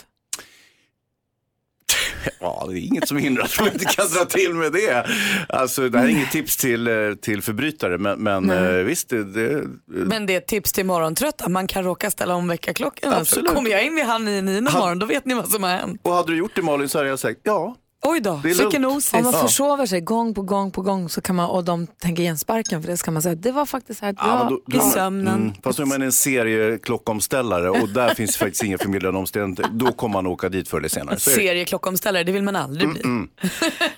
Ja, det är inget som hindrar att man inte kan dra till med det. Alltså, det här är inget tips till, eh, till förbrytare, men, men eh, visst, det, det, Men det är ett tips till morgontrötta, man kan råka ställa om väckarklockan. Absolut. Alltså, kommer jag in vid halv nio, nio någon Ha- morgon då vet ni vad som har hänt. Och hade du gjort det Malin så hade jag sagt ja. Oj då, Det är vilken lugnt. osis. Om man Ja. försover sig gång på gång på gång så kan man, och de tänker igen sparken för det, så kan man säga det var faktiskt så här att Ja, men jag då- då- i sömnen. Mm, fast nu är man en serieklockomställare och där finns faktiskt inga förmildrande omständigheter. Då kommer man åka dit förr eller senare. Så är det. Serieklockomställare, det vill man aldrig bli. Mm.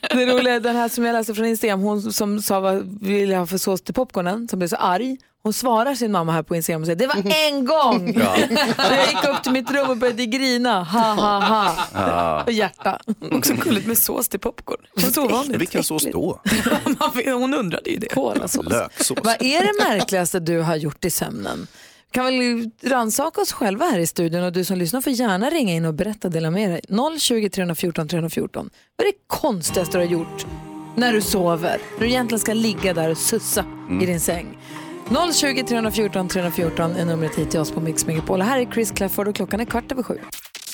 Det roliga är den här som jag läste från Instagram, hon som sa vad vill jag ha för sås till popcornen, som blev så arg. Hon svarar sin mamma här på Instagram och säger det var en gång. Ja. När jag gick upp till mitt rum och började grina, ha ha ha. Ja. Och hjärta. Också Mm. gulligt med sås till popcorn. Känns ovanligt. Vilken sås då? Hon undrade ju det. Kolasås. Löksås. Vad är det märkligaste du har gjort i sömnen? Vi kan väl rannsaka oss själva här i studion och du som lyssnar får gärna ringa in och berätta och dela med dig. 020 314 314. Vad är det konstigaste du har gjort när du sover? När du egentligen ska ligga där och sussa i din säng. 020 314 314 är numret hit till oss på Mix Megapol. Här är Chris Clafford och klockan är kvart över sju.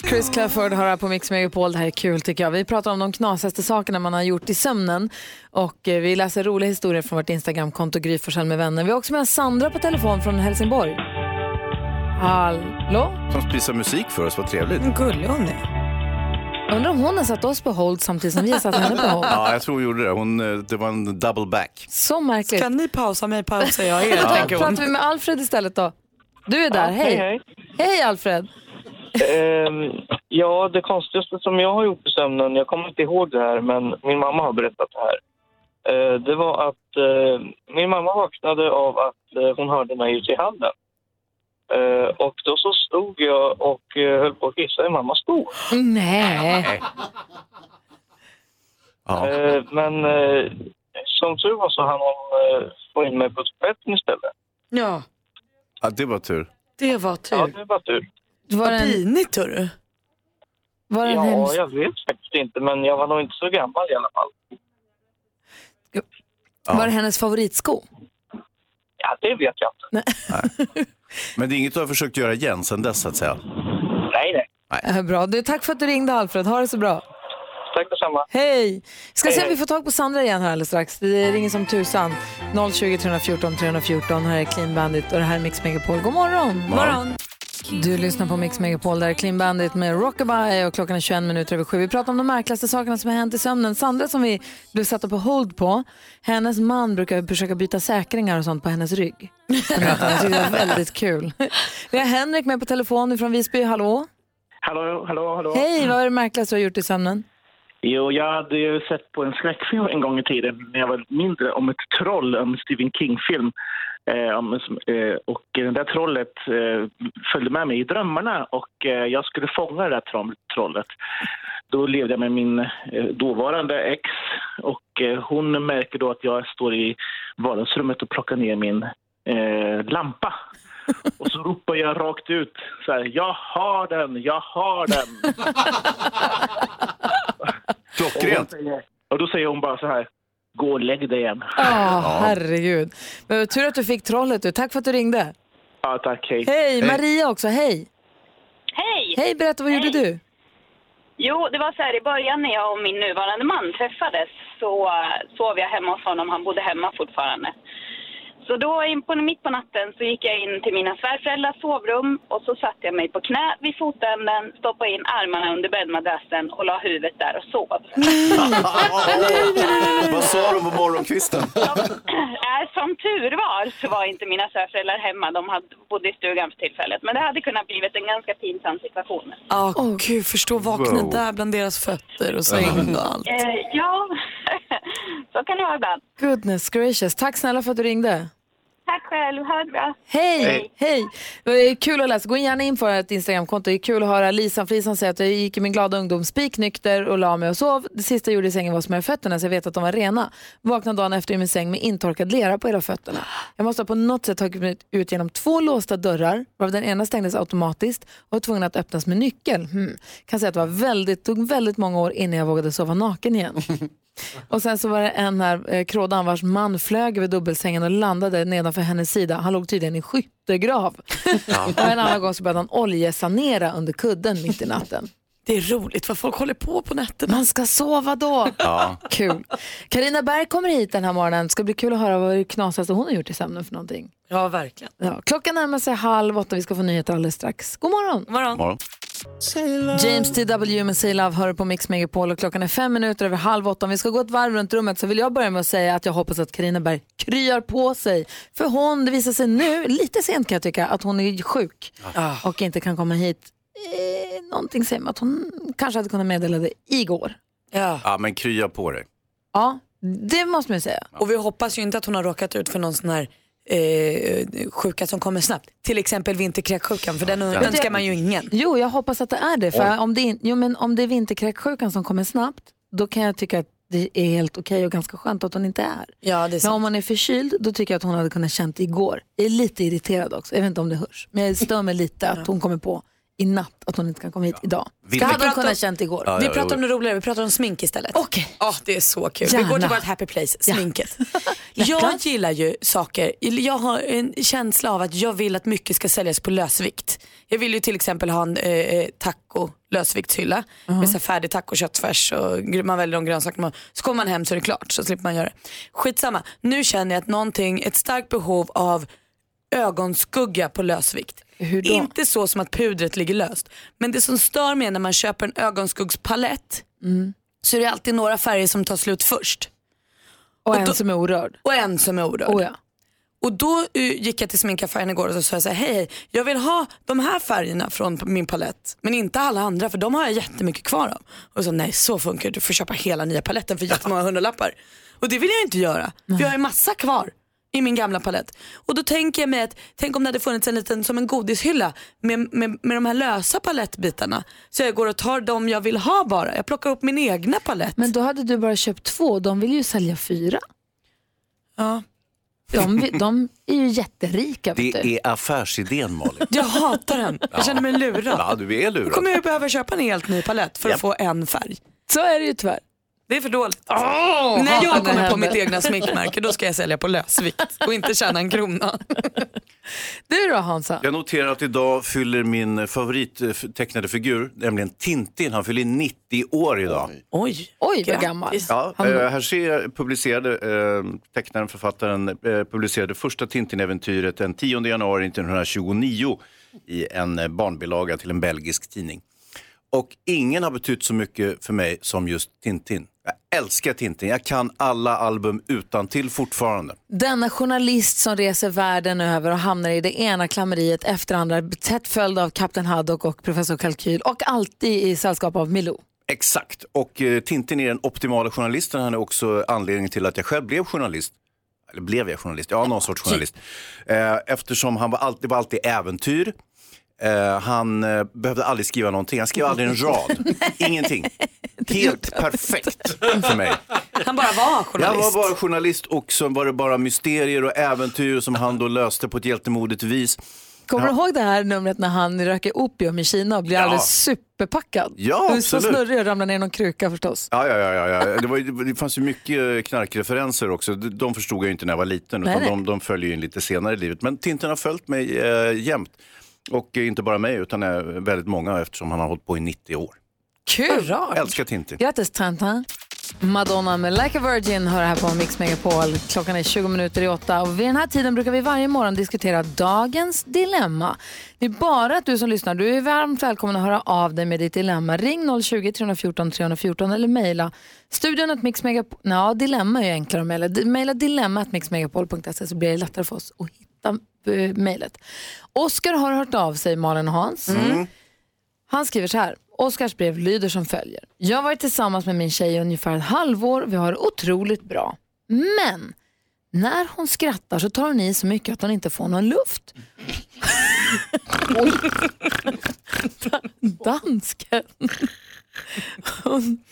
Chris Clafford har här på Mix Megapol. Det här är kul tycker jag. Vi pratar om de knasigaste sakerna man har gjort i sömnen. Och eh, vi läser roliga historier från vårt Instagramkonto Gry Forssell med vänner. Vi har också med oss Sandra på telefon från Helsingborg. Hallå? Som spisar musik för oss, vad trevligt. Gullig hon är. Undrar om hon har satt oss på hold samtidigt som vi har satt henne på hold. Ja, jag tror hon gjorde det. Hon, eh, det var en double back. Så märkligt. Kan ni pausa mig pausar Alltså, jag er, Då tänker hon. pratar vi med Alfred istället då. Du är där, Ja, hej. hej, Hej, Alfred. Ehm, ja, det konstigaste som jag har gjort i sömnen, jag kommer inte ihåg det här, men min mamma har berättat det här. Eh, det var att eh, min mamma vaknade av att eh, hon hörde mig ute i hallen. Eh, och då så stod jag och eh, höll på att kissa i mammas sko. Nej. Eh, men eh, som tur var så hann hon eh, få in mig på toaletten istället. Ja, Ja, det var tur. det var tur. Ja, det var tur. Var Vad pinigt hörru. Var ja, jag vet faktiskt inte, men jag var nog inte så gammal i alla fall. Var det hennes favoritsko? Ja, det vet jag inte. Men det är inget du har försökt göra igen sen dess, så att säga. Nej, nej. Eh, Bra. Du, tack för att du ringde Alfred. Ha det så bra. Tack detsamma. Hej! Ska Hej, se om hej. vi får tag på Sandra igen här alldeles strax. Det ringer som tusan. 020 314 314. Här är Clean Bandit och det här är Mix Megapol. God morgon! Morgon. Du lyssnar på Mix Megapol, där är Clean Bandit med Rockabye och klockan är 21 minuter över sju. Vi pratar om de märkligaste sakerna som har hänt i sömnen. Sandra som vi blev satta på hold på, hennes man brukar försöka byta säkringar och sånt på hennes rygg. Jag tyckte det var väldigt kul. Vi har Henrik med på telefon från Visby, hallå? Hallå, hallå, hallå. Hej, vad är det märkligaste du har gjort i sömnen? Jo, jag hade ju sett på en skräckfilm en gång i tiden när jag var mindre om ett troll, en Stephen King-film. Eh, om, eh, och det där trollet eh, följde med mig i drömmarna och eh, jag skulle fånga det där trom- trollet. Då levde jag med min eh, dåvarande ex och eh, hon märker då att jag står i vardagsrummet och plockar ner min eh, lampa. Och så ropar jag rakt ut så här, jag har den, jag har den. Klockrent. Och, hon säger- och då säger hon bara så här, gå och lägg dig igen. Ja, herregud. Men vad tur att du fick trollet du. Tack för att du ringde. Ja, tack, hej. Hej, Maria också, hej. Hej! Hej, berätta vad gjorde du? Jo, det var så här i början när jag och min nuvarande man träffades så eh, sov jag hemma hos honom. Han bodde hemma fortfarande. Så då in på, mitt på natten så gick jag in till mina svärföräldrars sovrum och så satte jag mig på knä vid fotänden, stoppade in armarna under bäddmadrassen och la huvudet där och sov. Vad sa de på morgonkvisten? Äh, Som tur var så var inte mina svärföräldrar hemma. De hade, bodde i stugan för tillfället. Men det hade kunnat blivit en ganska pinsam situation. Ja, gud, förstå vakna Wow. där bland deras fötter och säng och allt. Eh, ja, så kan det vara ibland. Goodness gracious. Tack snälla för att du ringde. Tack själv, ha det bra. Hej! Hej! Det är kul att läsa. Gå gärna in för ett Instagramkonto. Det är kul att höra Lisan Frisan säga att jag gick i min glada ungdom spiknykter och la mig och sov. Det sista jag gjorde i sängen var att smörja fötterna så jag vet att de var rena. Vaknade dagen efter i min säng med intorkad lera på hela fötterna. Jag måste ha på något sätt tagit mig ut genom två låsta dörrar varav den ena stängdes automatiskt och var tvungen att öppnas med nyckel. Hmm. Kan säga att det var väldigt, tog väldigt många år innan jag vågade sova naken igen. Och sen så var det en här eh, krådan vars man flög över dubbelsängen och landade nedanför hennes sida. Han låg tydligen i skyttegrav. Och en annan gång så började han oljesanera under kudden mitt i natten. Det är roligt vad folk håller på på nätterna. Man ska sova då. Ja. Kul. Karina Berg kommer hit den här morgonen. Ska bli kul att höra vad det knasigaste hon har gjort i sömnen för någonting. Ja, verkligen. Ja, klockan närmar sig halv åtta. Vi ska få nyheter alldeles strax. God morgon. James T.W. med Say Love hör på Mix Megapol och klockan är fem minuter över halv åtta. Om vi ska gå ett varv runt rummet så vill jag börja med att säga att jag hoppas att Carina Berg kryar på sig. För hon, det visar sig nu, lite sent kan jag tycka, att hon är sjuk Ah. och inte kan komma hit. Eh, någonting säger mig att hon kanske hade kunnat meddela det igår. Ja. Ja, men krya på dig. Ja, det måste man ju säga. Och vi hoppas ju inte att hon har råkat ut för någon sån här eh, sjuka som kommer snabbt. Till exempel vinterkräksjukan, för den Men det- önskar man ju ingen. Jo, jag hoppas att det är det. För Oj. om det, in, jo, men om det är vinterkräksjukan som kommer snabbt, då kan jag tycka att det är helt okej och ganska skönt att hon inte är. Ja, det är men om hon är förkyld, då tycker jag att hon hade kunnat känt igår. Jag är lite irriterad också, jag vet inte om det hörs. Men jag stör mig lite att hon kommer på i natt att hon inte kan komma hit idag. Det hade hon kunnat känt igår. vi pratar om det roligare, vi pratar om smink istället. Okej. det är så kul. Vi går Gärna. till vårt happy place, sminket. jag gillar ju saker, jag har en känsla av att jag vill att mycket ska säljas på lösvikt. Jag vill ju till exempel ha en eh, taco lösviktshylla med så här färdig taco, köttfärs och gr- man väljer de grönsaker man Så kommer man hem så är det klart, så slipper man göra det. Skitsamma, nu känner jag att någonting, ett starkt behov av ögonskugga på lösvikt. Inte så som att pudret ligger löst. Men det som stör mig är när man köper en ögonskuggspalett Mm. så är det alltid några färger som tar slut först. Och, en som är orörd. Och en som är orörd. Oh, ja. Och då eh, gick jag till sminkaffären igår och så sa jag så här, hej, hej, jag vill ha de här färgerna från min palett, men inte alla andra för de har jag jättemycket kvar av. Och så nej, så funkar det, du får köpa hela nya paletten för jättemånga hundralappar. Och det vill jag inte göra, för jag har ju massa kvar i min gamla palett. Och då tänker jag mig att, tänk om det hade funnits en liten, som en godishylla med, med, med de här lösa palettbitarna. Så jag går och tar de jag vill ha bara, jag plockar upp min egna palett. Men då hade du bara köpt två, de vill ju sälja fyra. Ja. De, vi- de är ju jätterika. Vet du. Det är affärsidén, Malin. Jag hatar den. Jag känner mig lurad. Ja, du är Då lurad. kommer jag behöva köpa en helt ny palett för att få en färg. Så är det ju tyvärr. Det är för dåligt. Åh, När vad jag kommer på händer? mitt egna sminkmärke då ska jag sälja på lösvikt och inte tjäna en krona. Du då Hansa? Jag noterar att idag fyller min favorittecknade figur, nämligen Tintin, han fyller 90 år idag. Oj, Oj vad gammal. Ja, Han- eh, här ser jag publicerade, eh, tecknaren, författaren, eh, publicerade första Tintin-äventyret den 10 januari 1929 i en eh, barnbilaga till en belgisk tidning. Och ingen har betytt så mycket för mig som just Tintin. Jag älskar Tintin, jag kan alla album utan till fortfarande. Denna journalist som reser världen över och hamnar i det ena klammeriet efter andra tätt följd av Kapten Haddock och Professor Kalkyl och alltid i sällskap av Milou. Exakt, och eh, Tintin är den optimala journalisten. Han är också anledningen till att jag själv blev journalist. Eller blev jag journalist? Ja, någon sorts journalist. Eh, eftersom han var alltid, det var alltid äventyr. Eh, han eh, behövde aldrig skriva någonting. Han skrev aldrig en rad. Ingenting. Helt perfekt för mig. Han bara var Jag var journalist. bara journalist och så var det bara mysterier och äventyr som han då löste på ett hjältemodigt vis. Kommer Ja. du ihåg det här numret när han röker opium i Kina och blir Ja. alldeles superpackad? Ja, Du är så absolut. snurrig och ramlar ner i någon kruka förstås. Ja, ja, ja, ja. ja. Det, var, ju- det fanns ju mycket eh, knarkreferenser också. De- De förstod jag ju inte när jag var liten, Nej, utan nej. de, de följer ju in lite senare i livet. Men Tintin har följt mig eh, jämt. Och eh, inte bara mig, utan eh, väldigt många eftersom han har hållit på i 90 år. Kul! Älskar Tintin. Grattis Tantan. Madonna med Like a Virgin hör här på Mix Megapol. Klockan är 20 minuter i åtta och vid den här tiden brukar vi varje morgon diskutera dagens dilemma. Det är bara att du som lyssnar, du är varmt välkommen att höra av dig med ditt dilemma. Ring 020-314 314 eller mejla studion att Mix Megapol... Nja, dilemma är ju enklare att mejla. Di- Mejla dilemma att mixmegapol.se så blir det lättare för oss att hitta eh, mejlet. Oskar har hört av sig, Malin och Hans. Han skriver så här. Oskars brev lyder som följer. Jag har varit tillsammans med min tjej i ungefär ett halvår. Vi har det otroligt bra. Men när hon skrattar så tar hon i så mycket att hon inte får någon luft. Oj. Dansken. Hon...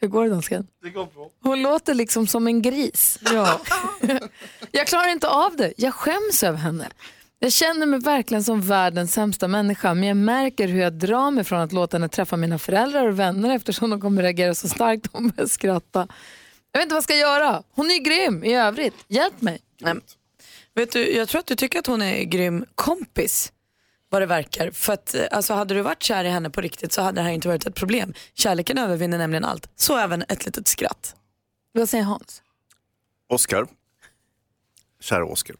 Hur går det dansken? Det går bra. Hon låter liksom som en gris. jag klarar inte av det. Jag skäms över henne. Jag känner mig verkligen som världens sämsta människa men jag märker hur jag drar mig från att låta henne träffa mina föräldrar och vänner eftersom de kommer reagera så starkt om jag börjar skratta. Jag vet inte vad jag ska göra. Hon är ju grym i övrigt. Hjälp mig. Vet du, jag tror att du tycker att hon är en grym kompis vad det verkar. För att eh, alltså, hade du varit kär i henne på riktigt så hade det här inte varit ett problem. Kärleken övervinner nämligen allt, så även ett litet skratt. Vad säger Hans? Oskar. Kära Oskar.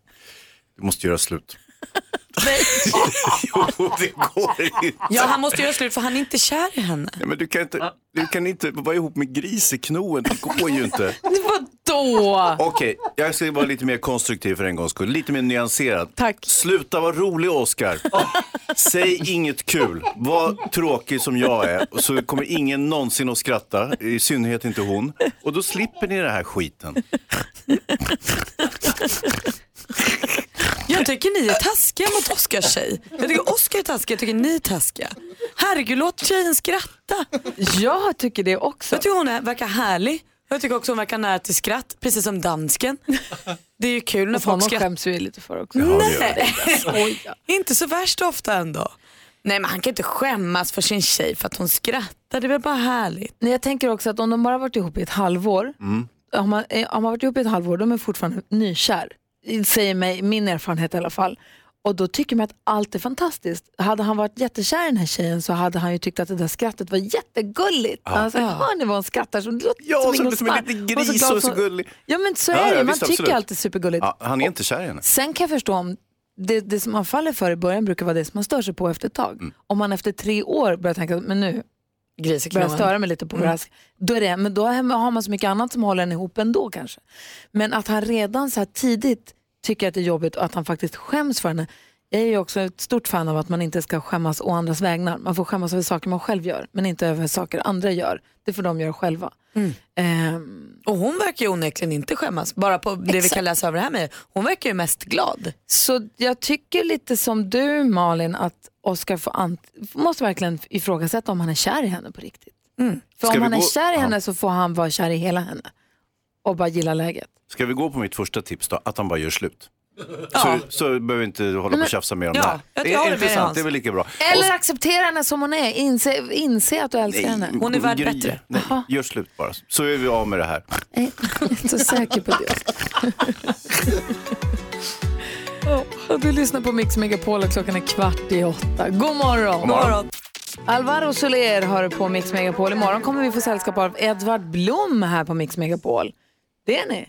Du måste göra slut. jo, det går inte. Ja, han måste göra slut för han är inte kär i henne. Nej, men du kan inte, du kan inte vara ihop med griseknoen. Det går ju inte. Vadå? Okej, jag ska vara lite mer konstruktiv för en gångs skull. Lite mer nyanserad. Tack. Sluta vara rolig, Oscar. Säg inget kul. Var tråkig som jag är, och så kommer ingen någonsin att skratta. I synnerhet inte hon. Och då slipper ni den här skiten. Jag tycker ni är taskiga mot Oskars tjej. Jag tycker Oskar är taskig, jag tycker ni är taskiga. Herregud, låt tjejen skratta. Jag tycker det också. Jag tycker hon är, verkar härlig. Jag tycker också hon verkar nära till skratt, precis som dansken. Det är ju kul när Och honom folk skrattar. skäms vi lite för också. Nej, inte så värst ofta ändå. Nej men han kan inte skämmas för sin tjej för att hon skrattar, det är väl bara härligt. Nej, Jag tänker också att om de bara varit ihop i ett halvår har man, eh, har man varit ihop i ett halvår, de är fortfarande nykär. Säger mig, min erfarenhet i alla fall. Och då tycker man att allt är fantastiskt. Hade han varit jättekär i den här tjejen så hade han ju tyckt att det där skrattet var jättegulligt. Ja. Han sa, hör ni vad hon skrattar? Så, det låter Ja, som så ingen låter som en snark." liten Hon var gris glad och så som- gullig. Ja men så Ja, är ja, det, man visst, tycker absolut. allt är supergulligt. Ja, han är inte kär i henne. Sen kan jag förstå om det, det som man faller för i början brukar vara det som man stör sig på efter ett tag. Om man efter tre år börjar tänka, men nu börjar jag störa mig lite på mm. då är det, Men då har man så mycket annat som håller en ihop ändå kanske. Men att han redan så här tidigt tycker att det är jobbigt och att han faktiskt skäms för henne. Jag är ju också ett stort fan av att man inte ska skämmas å andras vägnar. Man får skämmas över saker man själv gör, men inte över saker andra gör. Det får de göra själva. Ehm, Och hon verkar ju onekligen inte skämmas, bara på det vi Exakt. kan läsa över det här med. Hon verkar ju mest glad. Så jag tycker lite som du Malin att Oskar får ant- måste verkligen ifrågasätta om han är kär i henne på riktigt. Mm. Ska För om vi han är gå- kär i Ja. henne så får han vara kär i hela henne och bara gilla läget. Ska vi gå på mitt första tips då? Att han bara gör slut. Så, så behöver vi inte hålla på och tjafsa mer om Ja, det här. jag det håller är med dig, intressant, Hans. det är väl lika bra. Eller acceptera henne som hon är. Inse, inse att du älskar henne. Gry, Nej, gör slut bara, så är vi av med det här. Nej, jag är inte så säker på det. Och du lyssnar på Mix Megapol och klockan är kvart i åtta. God morgon! God morgon. Alvaro Soler har på Mix Megapol. Imorgon kommer vi få sällskap av Edvard Blom här på Mix Megapol. Det är ni.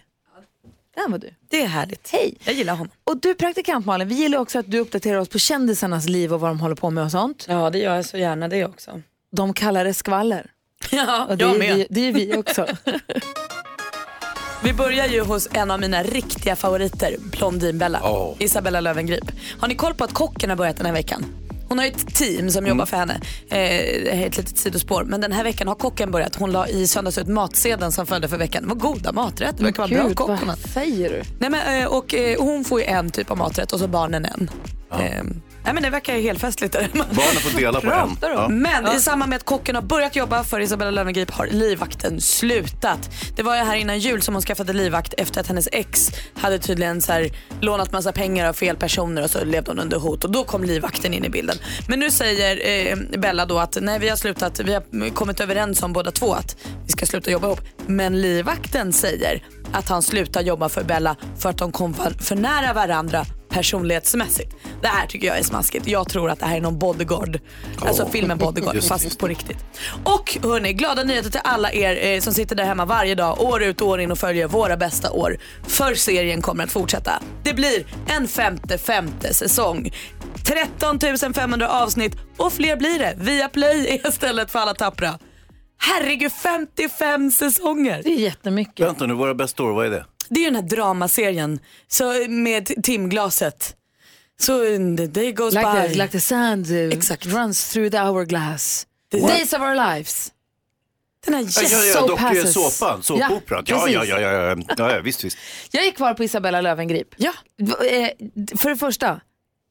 Där var du. Det är härligt. Hej! Jag gillar honom. Och du praktikant Malin, vi gillar också att du uppdaterar oss på kändisarnas liv och vad de håller på med och sånt. Ja, det gör jag så gärna det också. De kallar det skvaller. Ja, och det jag är med. Vi, det är vi också. Vi börjar ju hos en av mina riktiga favoriter, Blondinbella. Isabella Löwengrip. Har ni koll på att kocken har börjat den här veckan? Hon har ju ett team som Mm. jobbar för henne. Eh, det här är ett litet sidospår. Men den här veckan har kocken börjat. Hon la i söndags ut matsedeln som följde för veckan. Vad goda maträtter. Det verkar vara en Gud, bra kock. hon har. vad säger du? Nej, men, eh, och, eh, hon får ju en typ av maträtt och så barnen en. Eh, nej, men det verkar ju helt festligt. där hemma. Barnen får dela på en. Pratar om. Men i samband med att kocken har börjat jobba för Isabella Löwengrip har livvakten slutat. Det var ju här innan jul som hon skaffade livvakt efter att hennes ex hade tydligen så här, lånat massa pengar av fel personer och så levde hon under hot och då kom livvakten in i bilden. Men nu säger eh, Bella då att nej vi har slutat, vi har kommit överens om båda två att vi ska sluta jobba ihop. Men livvakten säger att han slutar jobba för Bella för att de kom för, för nära varandra personlighetsmässigt. Det här tycker jag är smaskigt. Jag tror att det här är någon bodyguard. Alltså Åh. filmen Bodyguard Just fast på riktigt. Och hörni, glada nyheter till alla er eh, som sitter där hemma varje dag, år ut och år in och följer våra bästa år. För serien kommer att fortsätta. Det blir en femte femte säsong. 13 500 avsnitt och fler blir det. Viaplay är stället för alla tappra. Herregud, 55 säsonger! Det är jättemycket. Vänta nu, våra bästa år, vad är det? Det är ju den här dramaserien så med timglaset. Så mm, the day goes Like by. the, like the sand eh, runs through the hourglass. What? Days of our lives. Den här Ja, ja, ja, soap dock, eh, passes. såpan, såpoperan. Ja, precis. ja, ja, ja, ja, ja, ja, visst, visst. Jag är kvar på Isabella Lövengrip. Ja. För det första,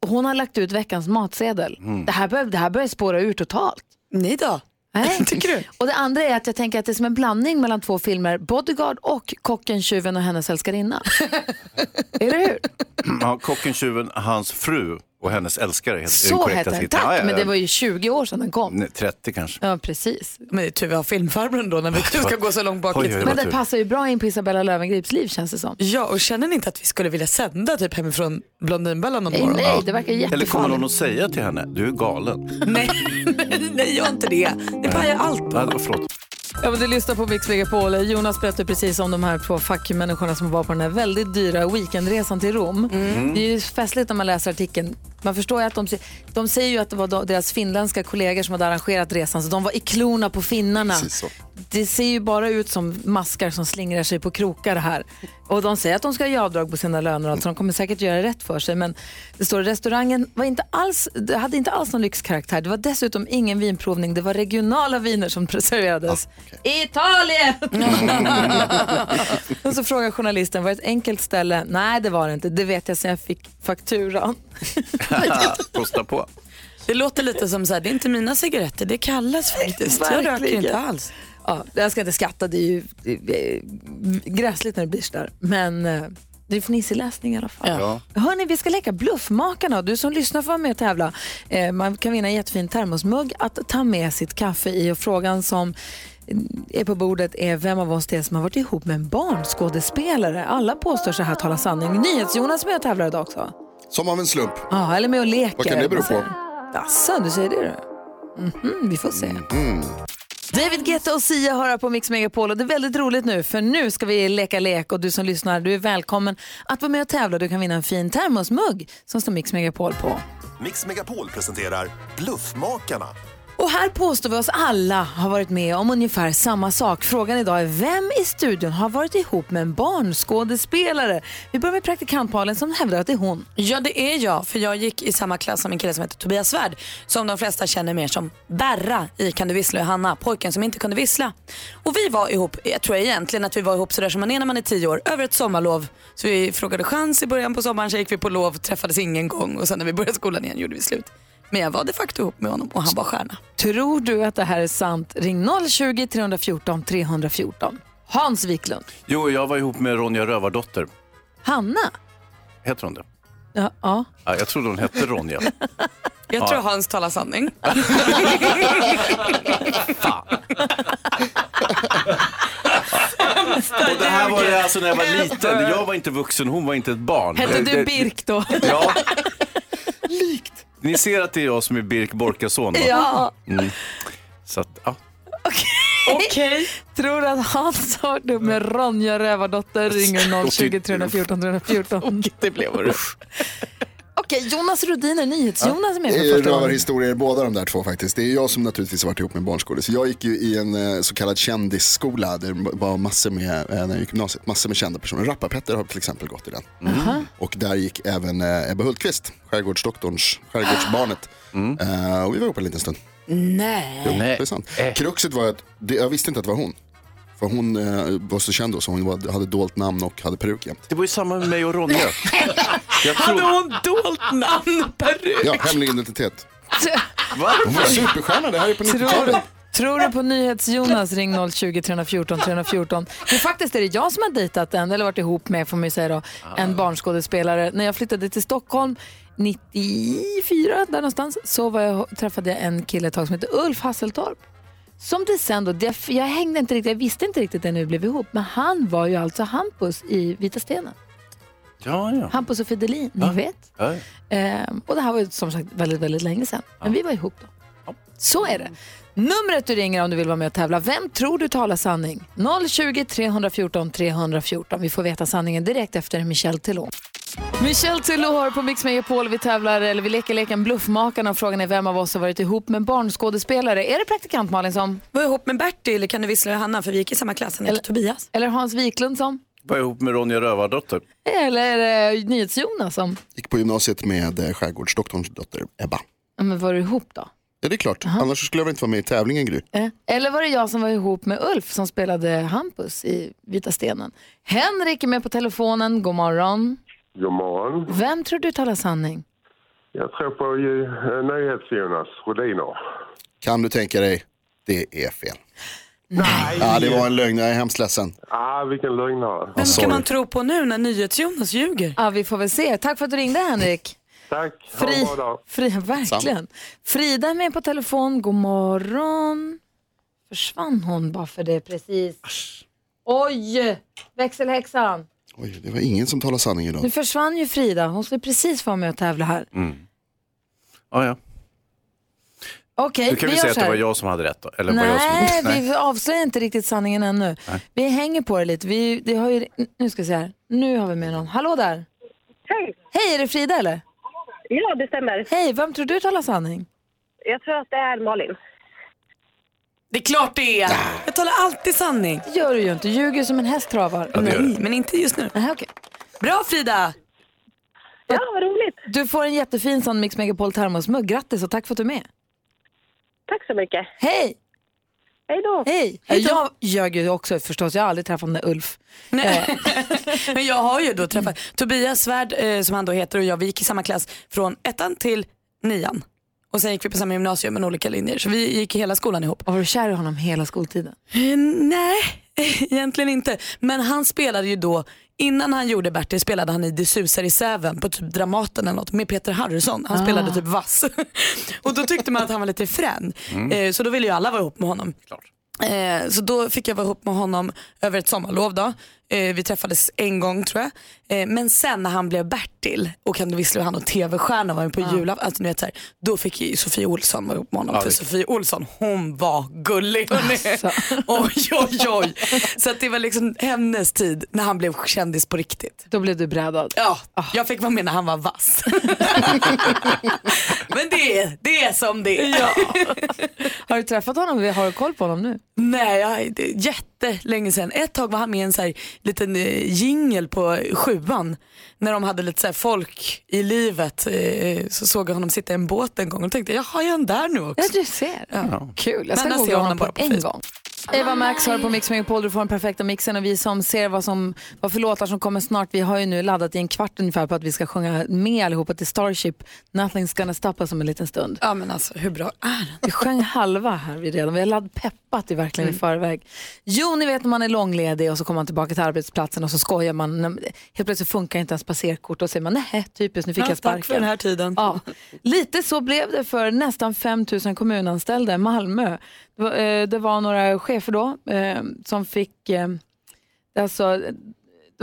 hon har lagt ut veckans matsedel. Mm. Det, här bör, det här börjar spåra ur totalt. Nej då. Nej. Tycker du? Och det andra är att jag tänker att det är som en blandning mellan två filmer, Bodyguard och Kocken, tjuven och hennes älskarinna. Ja, kocken, tjuven, hans fru och hennes älskare. helt- är den Så korrekta hette den, titeln. tack. Ja, ja, Men det ja. var ju 20 år sedan den kom. Nej, 30 kanske. Ja, precis. Men det är tur vi har filmfarbrorn då när vi det ska var- gå så långt Oj, bak i oj, oj, tiden. vad Men det passar ju bra in på Isabella Lövengrips liv känns det som. Ja, och känner ni inte att vi skulle vilja sända typ hemifrån Blondinbella någon Nej, morgon? nej, det verkar jättefarligt. Eller kommer någon att säga till henne, du är galen? Nej, nej, gör inte det. Det pajar allt. Ja, det var- förlåt. Ja, men du lyssnar på Mix Megapol. Jonas berättade precis om de här två fackmänniskorna som var på den här väldigt dyra weekendresan till Rom. Det är ju festligt när man läser artikeln. Man förstår ju att de, se- de säger ju att det var de- deras finländska kollegor som hade arrangerat resan, så de var i klorna på finnarna. Precis så. Det ser ju bara ut som maskar som slingrar sig på krokar här. Och de säger att de ska göra avdrag på sina löner och allt, så de kommer säkert göra rätt för sig. Men det står restaurangen var inte alls, det hade inte alls någon lyxkaraktär. Det var dessutom ingen vinprovning. Det var regionala viner som serverades. Italien! och så frågar journalisten, var det ett enkelt ställe? Nej, det var det inte. Det vet jag sen jag fick fakturan. Kosta på. Det låter lite som så här, det är inte mina cigaretter, det kallas faktiskt. Jag röker Verkligen. inte alls. Ja, jag ska inte skratta, det är ju det är gräsligt när det blir sådär. Men eh, det är fnissig läsning i alla fall. Ja. Hörni, vi ska leka Bluffmakarna. Du som lyssnar får vara med och tävla. Eh, man kan vinna en jättefin termosmugg att ta med sitt kaffe i. Och frågan som är på bordet är vem av oss det är som har varit ihop med en barnskådespelare. Alla påstår sig här tala sanning. NyhetsJonas är med och tävlar idag också. Som av en slump. Ja, eller med och leker. Vad kan det bero på? Jaså, du säger det du? Mhm, vi får se. David Guetta och Sia hör här på Mix Megapol och det är väldigt roligt nu för nu ska vi leka lek och du som lyssnar du är välkommen att vara med och tävla. Du kan vinna en fin termosmugg som står Mix Megapol på. Mix Megapol presenterar Bluffmakarna. Och här påstår vi oss alla ha varit med om ungefär samma sak. Frågan idag är vem i studion har varit ihop med en barnskådespelare? Vi börjar med praktikantpalen som hävdar att det är hon. Ja, det är jag. För jag gick i samma klass som en kille som heter Tobias Svärd. Som de flesta känner mer som Berra i Kan du vissla Johanna? Pojken som inte kunde vissla. Och vi var ihop, jag tror egentligen att vi var ihop sådär som man är när man är tio år, över ett sommarlov. Så vi frågade chans i början på sommaren, så gick vi på lov, träffades ingen gång och sen när vi började skolan igen gjorde vi slut. Men jag var de facto ihop med honom och han var stjärna. Tror du att det här är sant? Ring 020 314 314. Hans Wiklund. Jo, jag var ihop med Ronja Rövardotter. Hanna. Heter hon det? Ja, ja. Ja, jag trodde hon hette Ronja. Jag tror Hans talar sanning. Och det här var det alltså när jag var liten. Jag var inte vuxen, hon var inte ett barn. Hette Det- det- du Birk då? Ja. Ni ser att det är jag som är Birk Borkason va? Ja. Mm. Så att, ja. Okej. Tror du att Hans har det med Ronja Rövardotter ringer 020 314 314. Det blev det. Okej, Jonas Rhodiner, NyhetsJonas är med Det för är första gången. rövarhistorier båda de där två faktiskt. Det är jag som naturligtvis har varit ihop med barnskolor. Så jag gick ju i en eh, så kallad kändisskola. Där det var massor med, eh, när jag gick i gymnasiet, massor med kända personer. Rappar-Petter har till exempel gått i den. Mm. Och där gick även eh, Ebbe Hultqvist, skärgårdsdoktorns, skärgårdsbarnet. Mm. Eh, och vi var ihop en liten stund. Nej. Jo, Det är sant. Eh. Kruxet var ju att det, jag visste inte att det var hon. För hon eh, var så känd då, så hon var, hade dolt namn och hade peruk jämt. Det var ju samma med mig och Ronja. Hade hon dolt namn peruk? Ja, hemlig identitet. Hon var superstjärna, det här är på 90-talet. Tror, tror du på NyhetsJonas ring 020 314 314. Men faktiskt är det jag som har dejtat en, eller varit ihop med får man ju säga då, Ah. en barnskådespelare. När jag flyttade till Stockholm 94, där någonstans, så var jag, träffade jag en kille ett tag som hette Ulf Hasseltorp. Som det sen då, jag, jag hängde inte riktigt, jag visste inte riktigt när vi blev ihop, men han var ju alltså Hampus i Vita Stenen. Ja, ja. Hampus och Fidelin, ni vet. Ja, ja. Ehm, och det här var ju som sagt väldigt, väldigt länge sedan. Men vi var ihop då. Så är det. Numret du ringer om du vill vara med och tävla. Vem tror du talar sanning? 020 314 314. Vi får veta sanningen direkt efter Michel Telon. Michel Tello har på Mix Megapol. Vi tävlar, eller vi leker leken Bluffmakarna och frågan är vem av oss har varit ihop med en barnskådespelare. Är det praktikant Malin som? Var ihop med Bertil, eller kan du vissla och Hanna? För vi gick i samma klass, han heter Tobias. Eller Hans Wiklund som? Var ihop med Ronja Rövardotter. Eller är det NyhetsJonas som? Gick på gymnasiet med eh, skärgårdsdoktorns dotter Ebba. Ja, Men var du ihop då? Ja, det är klart. Annars skulle jag väl inte vara med i tävlingen, Gry. Eh, Eller var det jag som var ihop med Ulf som spelade Hampus i Vita stenen? Henrik är med på telefonen. God morgon. God morgon. Vem tror du talar sanning? Jag tror på eh, NyhetsJonas Rhodiner. Kan du tänka dig? Det är fel. Nej. Ja, det var en lögn. Jag är hemskt ledsen. Ah, vilken lögnare. Vem Ska man tro på nu när NyhetsJonas ljuger? Ja, vi får väl se. Tack för att du ringde Henrik. Tack, ha en Fri, bra dag. fri, verkligen. Frida är med på telefon. God morgon. Försvann hon bara för det precis? Oj, växelhäxan. Oj, det var ingen som talade sanning Nu idag. försvann ju Frida. Hon skulle precis vara med och tävla här. Mm. Ja, ja. Okej, Nu kan vi vi gör säga att så det här. var jag som hade rätt då. Eller var jag Nej, som... vi avslöjar inte riktigt sanningen ännu. Nej. Vi hänger på det lite. Vi, det har ju, nu ska vi se här. Nu har vi med någon. Hallå där! Hej! Hej, är det Frida eller? Ja, det stämmer. Hej, vem tror du talar sanning? Jag tror att det är Malin. Det är klart det är. Jag talar alltid sanning. Det gör du ju inte. Ljuger som en häst travar. Ja, det gör du. Nej, men inte just nu. Aha, okay. Bra Frida! Ja, vad roligt. Du får en jättefin sån Mix Megapol termosmugg. Grattis och tack för att du är med. Tack så mycket. Hej! Hej då! Hej! Jag ljög ju också förstås. Jag har aldrig träffat den där Ulf. Eh, Men jag har ju då träffat Tobias Svärd eh, som han då heter och jag, vi gick i samma klass från ettan till nian. Och sen gick vi på samma gymnasium men olika linjer så vi gick hela skolan ihop. Och var du kär i honom hela skoltiden? Eh, nej, egentligen inte. Men han spelade ju då, innan han gjorde Bertil spelade han i Det susar i Säven på typ Dramaten eller något med Peter Harrison. Han Ah. spelade typ vass. och då tyckte man att han var lite frän. Mm. Eh, så då ville ju alla vara ihop med honom. Eh, så då fick jag vara ihop med honom över ett sommarlov. Då. Eh, vi träffades en gång tror jag. Eh, men sen när han blev Bertil och kan du vissla hur han och tv-stjärna var ju på Ja. julafton. Alltså, ni vet, så här, då fick ju Sofie Olsson vara ihop med honom. Ah. Ja, för det- Sofie Olsson hon var gullig. hörni. Alltså. oj oj oj. Så att det var liksom hennes tid när han blev kändis på riktigt. Då blev du brädad? Ah. Ja, jag fick vara med när han var vass. men det, är- det är som det är. Har du träffat honom? Har du koll på honom nu? Nej, jag, det är jättelänge sedan. Ett tag var han med i en så här, liten eh, jingel på sjuan. När de hade lite så här, folk i livet eh, så såg jag honom sitta i en båt en gång och tänkte jaha är han där nu också? Ja du ser. Ja. Kul, jag ska Men googla ser jag honom på en Facebook. gång. Eva Max har på Mix Megapol, du får den perfekta mixen och vi som ser vad, som, vad för låtar som kommer snart, vi har ju nu laddat i en kvart ungefär på att vi ska sjunga med allihopa till Starship, Nothing's gonna stop us om en liten stund. Ja men alltså hur bra är den? Vi sjöng halva här vi redan, vi har ladd peppat i verkligen i Mm. förväg. Jo, ni vet när man är långledig och så kommer man tillbaka till arbetsplatsen och så skojar man. Helt plötsligt funkar inte ens passerkort och säger man nej, typiskt, nu fick Ja, jag tack sparken. för den här tiden. Ja. Lite så blev det för nästan 5 000 kommunanställda i Malmö. Det var, eh, det var några chefer då eh, som fick eh, alltså, det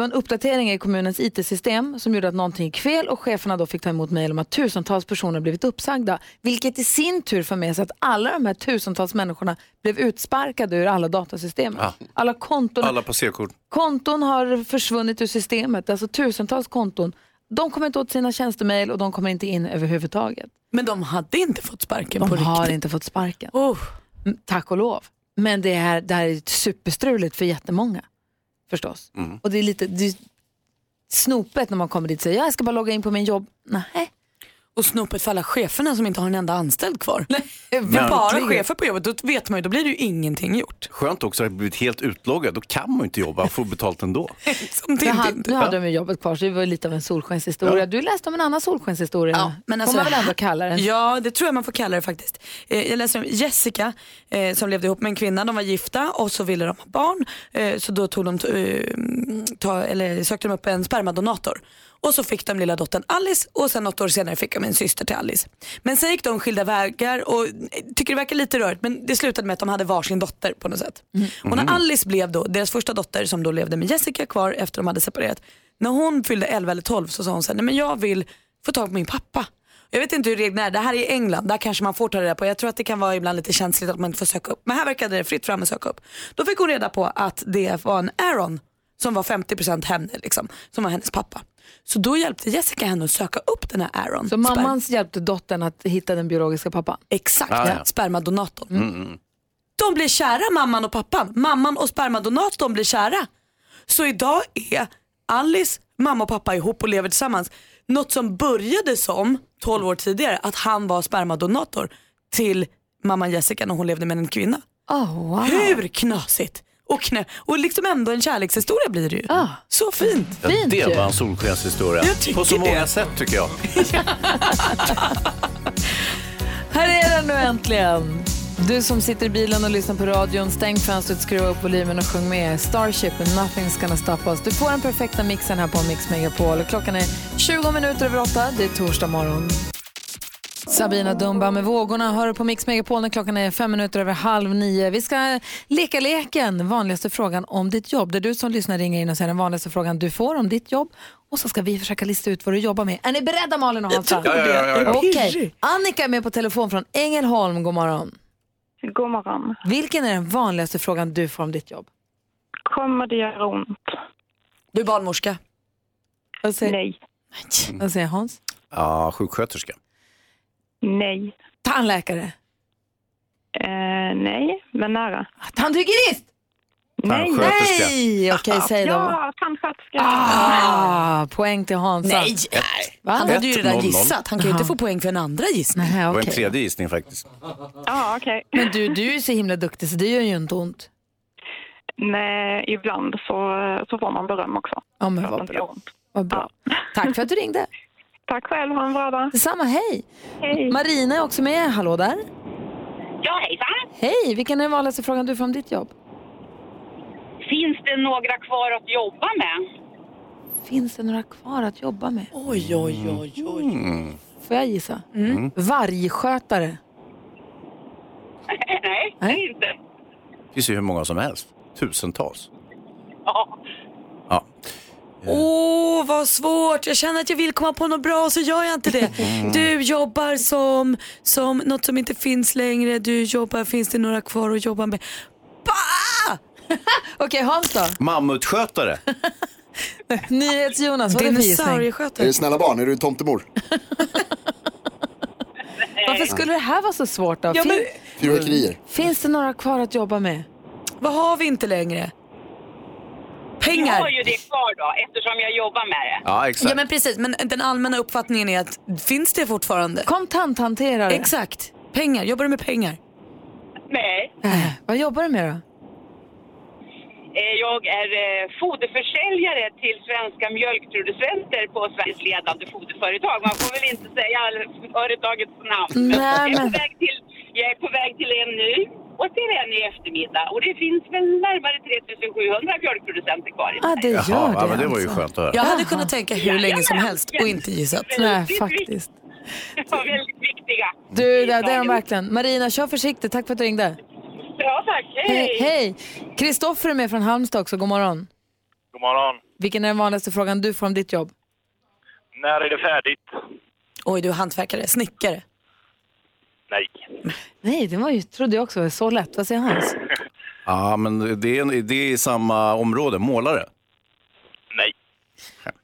var en uppdatering i kommunens IT-system som gjorde att någonting gick fel och cheferna då fick ta emot mejl om att tusentals personer blivit uppsagda. Vilket i sin tur för med sig att alla de här tusentals människorna blev utsparkade ur alla datasystem. Ja. Alla konton, Alla passerkort. konton har försvunnit ur systemet, alltså tusentals konton. De kommer inte åt sina tjänstemejl och de kommer inte in överhuvudtaget. Men de hade inte fått sparken De på riktigt. har inte fått sparken. Oh. Mm, Tack och lov. Men det här, det här är superstruligt för jättemånga. Förstås. Och det är lite det är snopet när man kommer dit och säger jag ska bara logga in på min jobb. Nej. Och snopet för alla cheferna som inte har en enda anställd kvar. Det Men- är bara chefer på jobbet, då vet man ju, då blir det ju ingenting gjort. Skönt också att ha blivit helt utloggad. Då kan man ju inte jobba och får betalt ändå. Nu hade, Tintin. nu hade de ju jobbet kvar så det var ju lite av en solskenshistoria. Du läste om en annan solskenshistoria. Ja, Men alltså, Får man väl ändå kalla den. Ja, det tror jag man får kalla det faktiskt. Eh, jag läste om Jessica eh, som levde ihop med en kvinna, de var gifta och så ville de ha barn. Eh, så då tog de, eh, ta, eller sökte de upp en spermadonator. Och så fick de lilla dottern Alice och sen något år senare fick de en syster till Alice. Men sen gick de skilda vägar och eh, tycker det verkar lite rörigt men det slutade med att de hade varsin dotter på något sätt. Och när Alice blev då, deras första dotter som då levde med Jessica kvar efter de hade separerat. När hon fyllde 11 eller 12 så sa hon så här, nej men jag vill få tag på min pappa. Jag vet inte hur reglerna är, det här är i England, där kanske man får ta reda på. Jag tror att det kan vara ibland lite känsligt att man inte får söka upp. Men här verkade det fritt fram att söka upp. Då fick hon reda på att det var en Aaron som var 50% henne, liksom, som var hennes pappa. Så då hjälpte Jessica henne att söka upp den här Aaron. Så mamman hjälpte dottern att hitta den biologiska pappan? Exakt, Ah, ja. Mm, ja. spermadonatorn. De blir kära mamman och pappan. Mamman och spermadonatorn blir kära. Så idag är Alice mamma och pappa ihop och lever tillsammans. Något som började som 12 år tidigare att han var spermadonator till mamman Jessica när hon levde med en kvinna. Oh, wow. Hur knasigt? Och, knä- och liksom ändå en kärlekshistoria blir det ju. Ah. Så fint. Ja, det var en solskenshistoria. På så många sätt tycker jag. Här är den nu äntligen. Du som sitter i bilen och lyssnar på radion, stäng fönstret, skruva upp volymen och sjung med Starship, Nothing's gonna stop us. Du får den perfekta mixen här på Mix Megapol. Klockan är 20 minuter över 8, det är torsdag morgon. Sabina Dumba med vågorna hör du på Mix Megapol när klockan är fem minuter över halv nio. Vi ska leka leken, vanligaste frågan om ditt jobb. Det är du som lyssnar ringer in och säger den vanligaste frågan du får om ditt jobb. Och så ska vi försöka lista ut vad du jobbar med. Är ni beredda Malin och Jag Hansa? tror det. Ja, ja, ja, ja. Okej. Annika är med på telefon från Ängelholm. God morgon. God morgon. Vilken är den vanligaste frågan du får om ditt jobb? Kommer det göra ont? Du är barnmorska. Vad säger, Nej. Vad säger Hans? Ja, sjuksköterska. Nej. Tandläkare? Eh, nej, men nära. Tandhygienist! Nej. Ah, Tandsköterska. Nej, okej säg då. Ja, tandsköterska. Ah, poäng till Hansa. Nej. Va? Han hade ju redan 1-0-0. gissat. Han kan ju inte Aha. få poäng för en andra gissning. Nej, Det var en okej. tredje gissning faktiskt. Ja, okej. Men du, du är ju så himla duktig så det gör ju inte ont. Nej, ibland så, så får man beröm också. Ja, För men att vad det inte bra. gör ont. Vad bra. Tack för att du ringde. Tack själv, ha en bra dag. Detsamma, hej. Marina är också med. Hallå där. Ja, hejsan. Hej, vilken är den vanligaste frågan du får om ditt jobb? Finns det några kvar att jobba med? Finns det några kvar att jobba med? Oj, oj, oj, oj. Får jag gissa? Mm. Vargskötare. Nej, det är inte. Det finns ju hur många som helst. Tusentals. Ja. Ja. Åh, vad svårt. Jag känner att jag vill komma på något bra så gör jag inte det. Mm. Du jobbar som, som något som inte finns längre. Du jobbar, finns det några kvar att jobba med? Okej, Hans då? Mammutskötare. NyhetsJonas, vad är Alltså, det för gissning? Är det snälla barn? Är du tomtemor? Varför skulle det här vara så svårt då? Ja, men- Fin- Fyrverkerier? Finns det några kvar att jobba med? Vad har vi inte längre? Vi Pengar. har ju det kvar då, eftersom jag jobbar med det. Ja, Ja, men precis. Men den allmänna uppfattningen är att finns det fortfarande? Kontanthanterare. Exakt. Pengar. Jobbar du med pengar? Nej, Äh, vad jobbar du med då? eh, jag är eh, foderförsäljare till svenska mjölkproducenter på Sveriges ledande foderföretag. Man får väl inte säga all- företagets namn. Nej, jag, är men- på väg till, jag är på väg till en ny Och till en i eftermiddag. Och det finns väl närmare 3700 mjölkproducenter kvar i Ja, det gör Jaha, ja, det men det var ju alltså. skönt att höra. Jag hade kunnat tänka hur länge som helst och inte gissat. Nej, faktiskt. Det var väldigt viktiga. Du, det, det är de verkligen. Marina, kör försiktigt. Tack för att du ringde. Bra, tack. Hej! Hej! Hej! Kristoffer är med från Halmstad också. God morgon. God morgon. Vilken är den vanligaste frågan du får om ditt jobb? När är det färdigt? Oj, du är hantverkare, snickare. Nej. Nej, det var ju, trodde jag också var så lätt. Vad säger Hans? Ja, men det är, det är i samma område, målare.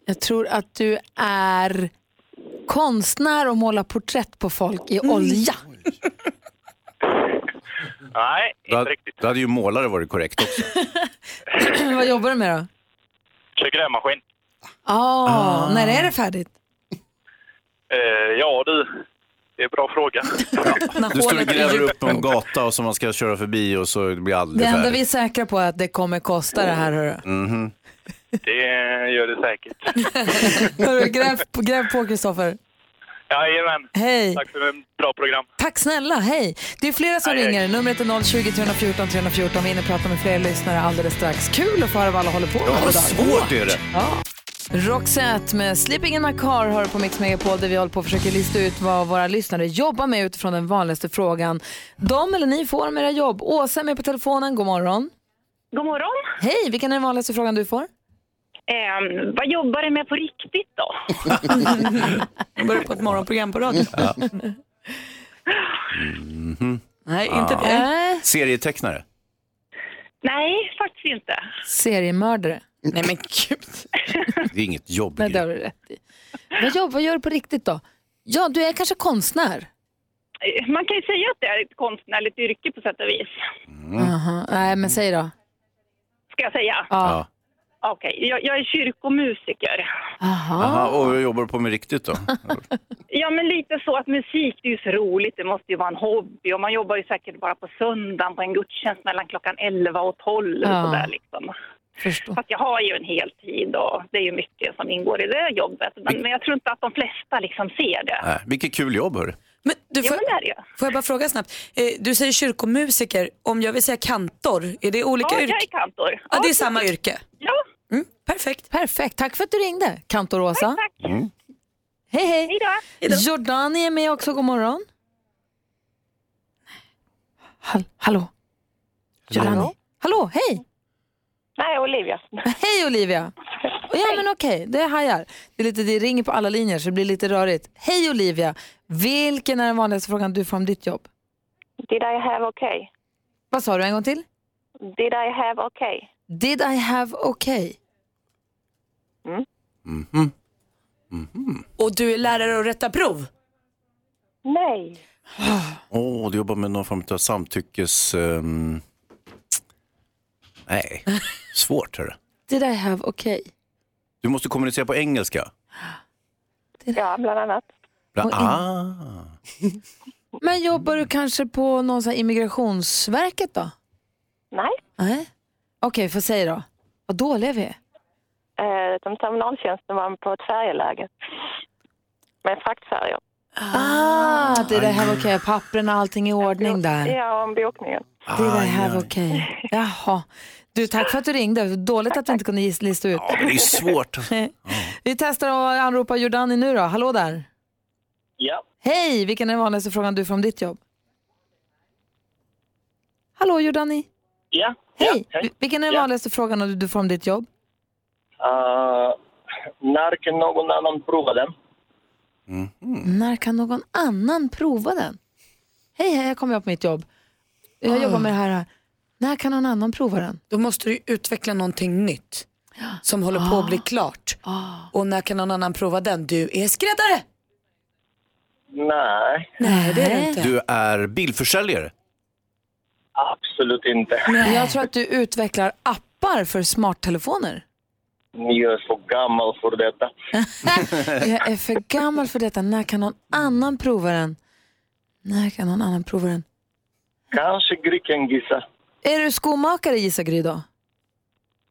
Jag tror att du är konstnär och målar porträtt på folk i olja. Nej, inte riktigt. Då hade ju målare varit korrekt också. Vad jobbar du med då? Kör grävmaskin. Ah, När är det färdigt? Eh, ja du, det är en bra fråga. Du står och gräver upp en gata och som man ska köra förbi och så blir det Det aldrig enda färdigt. vi är säkra på är att det kommer kosta det här. Hörru. Mhm. Det gör det säkert. hörru gräv, gräv på Kristoffer. Jajamän. Hej. Tack för ett bra program. Tack snälla, hej! Det är flera som Hej, ringer. hej. Numret är 020 314 314. Vi hinner prata med fler lyssnare alldeles strax. Kul att få höra vad alla håller på med. Ja, idag. vad svårt är det. Roxette med Sleeping in my car hör på Mix Megapol där vi håller på och försöker lista ut vad våra lyssnare jobbar med utifrån den vanligaste frågan. De eller ni får om era jobb. Åsa är med på telefonen. God morgon. God morgon. Hej, vilken är den vanligaste frågan du får? Ehm, vad jobbar du med på riktigt då? Jag börjar på ett morgonprogram på radio. Ja. Mhm. Nej, inte det. Serietecknare. Nej, faktiskt inte. Seriemördare. Nej men gud. Det är inget jobb. Nej, det har du rätt i. Vad, jobb, vad gör du på riktigt då? Ja, du är kanske konstnär. Eh, Man kan ju säga att det är ett konstnärligt yrke på sätt och vis. Mm. Aha. Nej, men säg då. Ska jag säga? Ja. Okej, jag, jag är kyrkomusiker. Aha, och vad jobbar du på med riktigt då? Ja, men lite så att musik, det är ju så roligt. Det måste ju vara en hobby. Och man jobbar ju säkert bara på söndagen på en gudstjänst mellan klockan 11 och 12. Ja. Och sådär, liksom. Fast jag har ju en heltid och det är ju mycket som ingår i det jobbet. Men, men jag tror inte att de flesta liksom ser det. Nej, vilket kul jobb hörru. Du, får, får jag bara fråga snabbt? Eh, du säger kyrkomusiker, om jag vill säga kantor, är det olika ja, yrken? jag är kantor. Ja, det är samma yrke. Ja. Mm, perfekt. Perfekt, tack för att du ringde, kantor Åsa. Mm. Hej, hej. Hej då. Jordani är med också, god morgon. Hall- hallå? Jordani? Hallå, hej! Nej, Olivia. Hej Olivia! Ja men okej, det är hajar. Det, är lite, det ringer på alla linjer så det blir lite rörigt. Hej Olivia! Vilken är den vanligaste frågan du får om ditt jobb? Did I have okay? Vad sa du en gång till? Did I have okay? Did I have okay? Mhm. Och du är lärare och rättar prov? Nej. Åh, du jobbar med någon form av samtyckes... ehm, Nej, svårt hörru. Did I have okay? Du måste kommunicera på engelska. Ja, bland annat. Bra. Och in- Ah. Men jobbar du kanske på någon sån här immigrationsverket då? Nej. Nej. Okej, får säga då. Vad dåliga vi är. Eh, som terminaltjänsten var på ett färjeläger. Med fraktfärjor. Ah, det är det här okej. Papperna, allting i ordning där. Ja, om bokningen. Det är det här okej. Jaha. Du, tack för att du ringde. Dåligt att vi inte kunde gis- lista ut. Det är svårt. Vi testar att anropa Jordani nu då. Hallå där. Ja. Hej, vilken är den vanligaste frågan du får om ditt jobb? Hallå Jordani. Ja. Hej. Vi- Vilken är den vanligaste frågan du- du får om ditt jobb? Uh, när kan någon annan prova den? Mm. När kan någon annan prova den? Hej, hej, jag kommer på mitt jobb. Jag Ah. jobbar med det här. När kan någon annan prova den? Då måste du ju utveckla någonting nytt som håller på att Ah. bli klart. Och när kan någon annan prova den? Du är skräddare! Nej. Nej, det är det inte. Du är bilförsäljare. Absolut inte. Jag tror att du utvecklar appar för smarttelefoner. Ni är så gammal för detta. Jag är för gammal för detta. När kan någon annan prova den? När kan någon annan prova den? Kanske greken gissa. Är du skomakare gissar Gry då?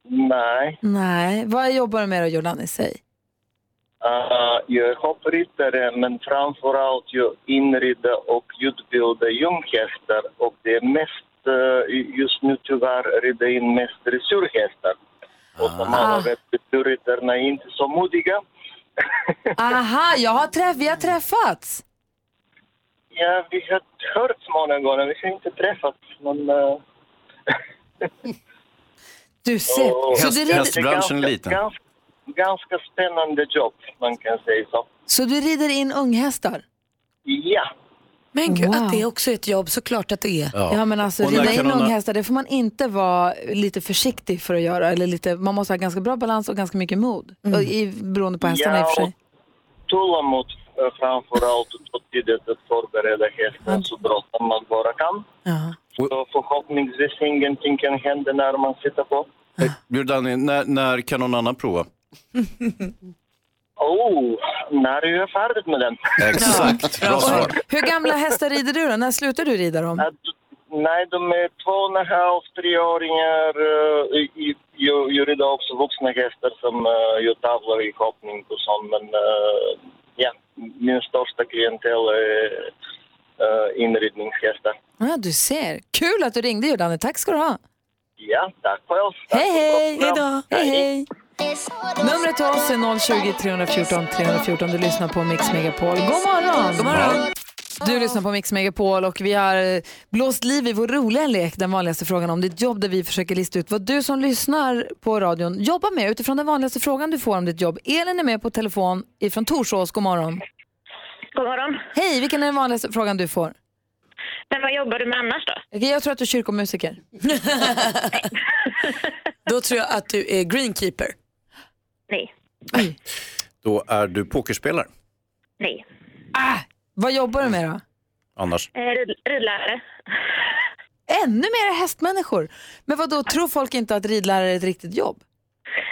Nej. Nej. Vad jobbar du med då Jordan i sig? Uh, jag är hoppryttare, men framförallt jag inrider och utbildar junghästar. Och det är mest att eh, just nu tyvärr är det in mest dressyrhästar. Och de andra veterinärerna är inte så modiga. Aha, jag har träff, vi har träffats. Ja, vi har hört många gånger, vi har inte träffats. Men, eh, Du ser. och- Så du, rider, hästbranschen är liten. Ganska, ganska spännande jobb, man kan säga så. så du rider in unghästar? Ja. Men gud, Wow. att det är också är ett jobb, såklart att det är. Ja, men alltså Och när rida in kan hon ha- unghästar, det får man inte vara lite försiktig för att göra. Eller lite, man måste ha ganska bra balans och ganska mycket mod. Mm. Och i, beroende på hästarna i och för sig. och Tålamod eh, framför allt och ta tid att förbereda hästen så bra som man bara kan. Så förhoppningsvis ingenting kan hända när man sitter på. Danny, när, när kan någon annan prova? Oh, när är jag färdig med den? Exakt, bra svar. Hur gamla hästar rider du då? När slutar du rida dem? Nej, de är två och en halv, treåringar. eh, i- Jag, jag rider också vuxna hästar som eh, gör tavlor i hoppning och sånt. Men eh, ja, min största klientel är eh, inridningshästar. Ja, du ser. Kul att du ringde Jordane, tack ska du ha. Ja, tack själv. Hej hej! Hej hej! Numret till oss är 020 314 314. Du lyssnar på Mix Megapol. God morgon! God morgon! Du lyssnar på Mix Megapol och vi har eh, blåst liv i vår roliga lek, den vanligaste frågan om ditt jobb där vi försöker lista ut vad du som lyssnar på radion jobbar med utifrån den vanligaste frågan du får om ditt jobb. Elin är med på telefon ifrån Torsås, god morgon. God morgon. Hej, vilken är den vanligaste frågan du får? Men vad jobbar du med annars då? Okej, Jag tror att du är kyrkomusiker. Då tror jag att du är greenkeeper. Nej. Då är du pokerspelare Nej. Ah, Vad jobbar du med då? annars. Eh, rid- Ridlärare. Ännu mer hästmänniskor. Men vad då tror folk inte att ridlärare är ett riktigt jobb?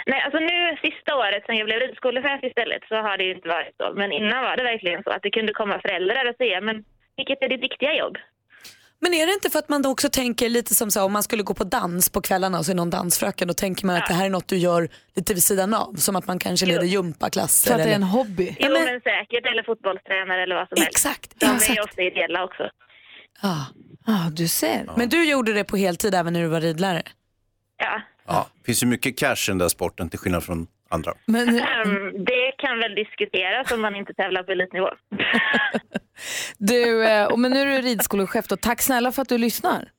Nej, alltså nu sista året sen jag blev ridskolechef istället så har det ju inte varit så. Men innan var det verkligen så att det kunde komma föräldrar och säga men vilket är ditt riktiga jobb? Men är det inte för att man då också tänker lite som så här, om man skulle gå på dans på kvällarna och så är någon dansfröken, då tänker man att det här är något du gör lite vid sidan av. Som att man kanske leder gympaklasser. Så att det är eller- en hobby? Jo men, säkert, eller fotbollstränare eller vad som helst. Exakt, De är ju ofta ideella också. Ja, ah, du ser. Men du gjorde det på heltid även när du var ridlärare? Ja, finns ju mycket cash i den där sporten till skillnad från andra. Ehm, det kan väl diskuteras om man inte tävlar på elitnivå. Du, eh, och men nu är du ridskolechef då. Tack snälla för att du lyssnar.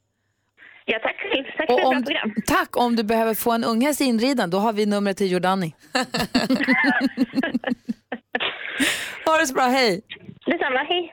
Ja, tack själv. Tack för Och ett bra om, program. tack om du behöver få en unghäst inriden, då har vi numret till Jordani. ha det så bra, hej! Detsamma, hej!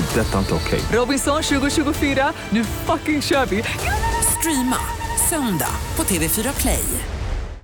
Det. är Detta är inte okej. Robinson 2024, nu fucking kör vi! Streama söndag på TV4 Play.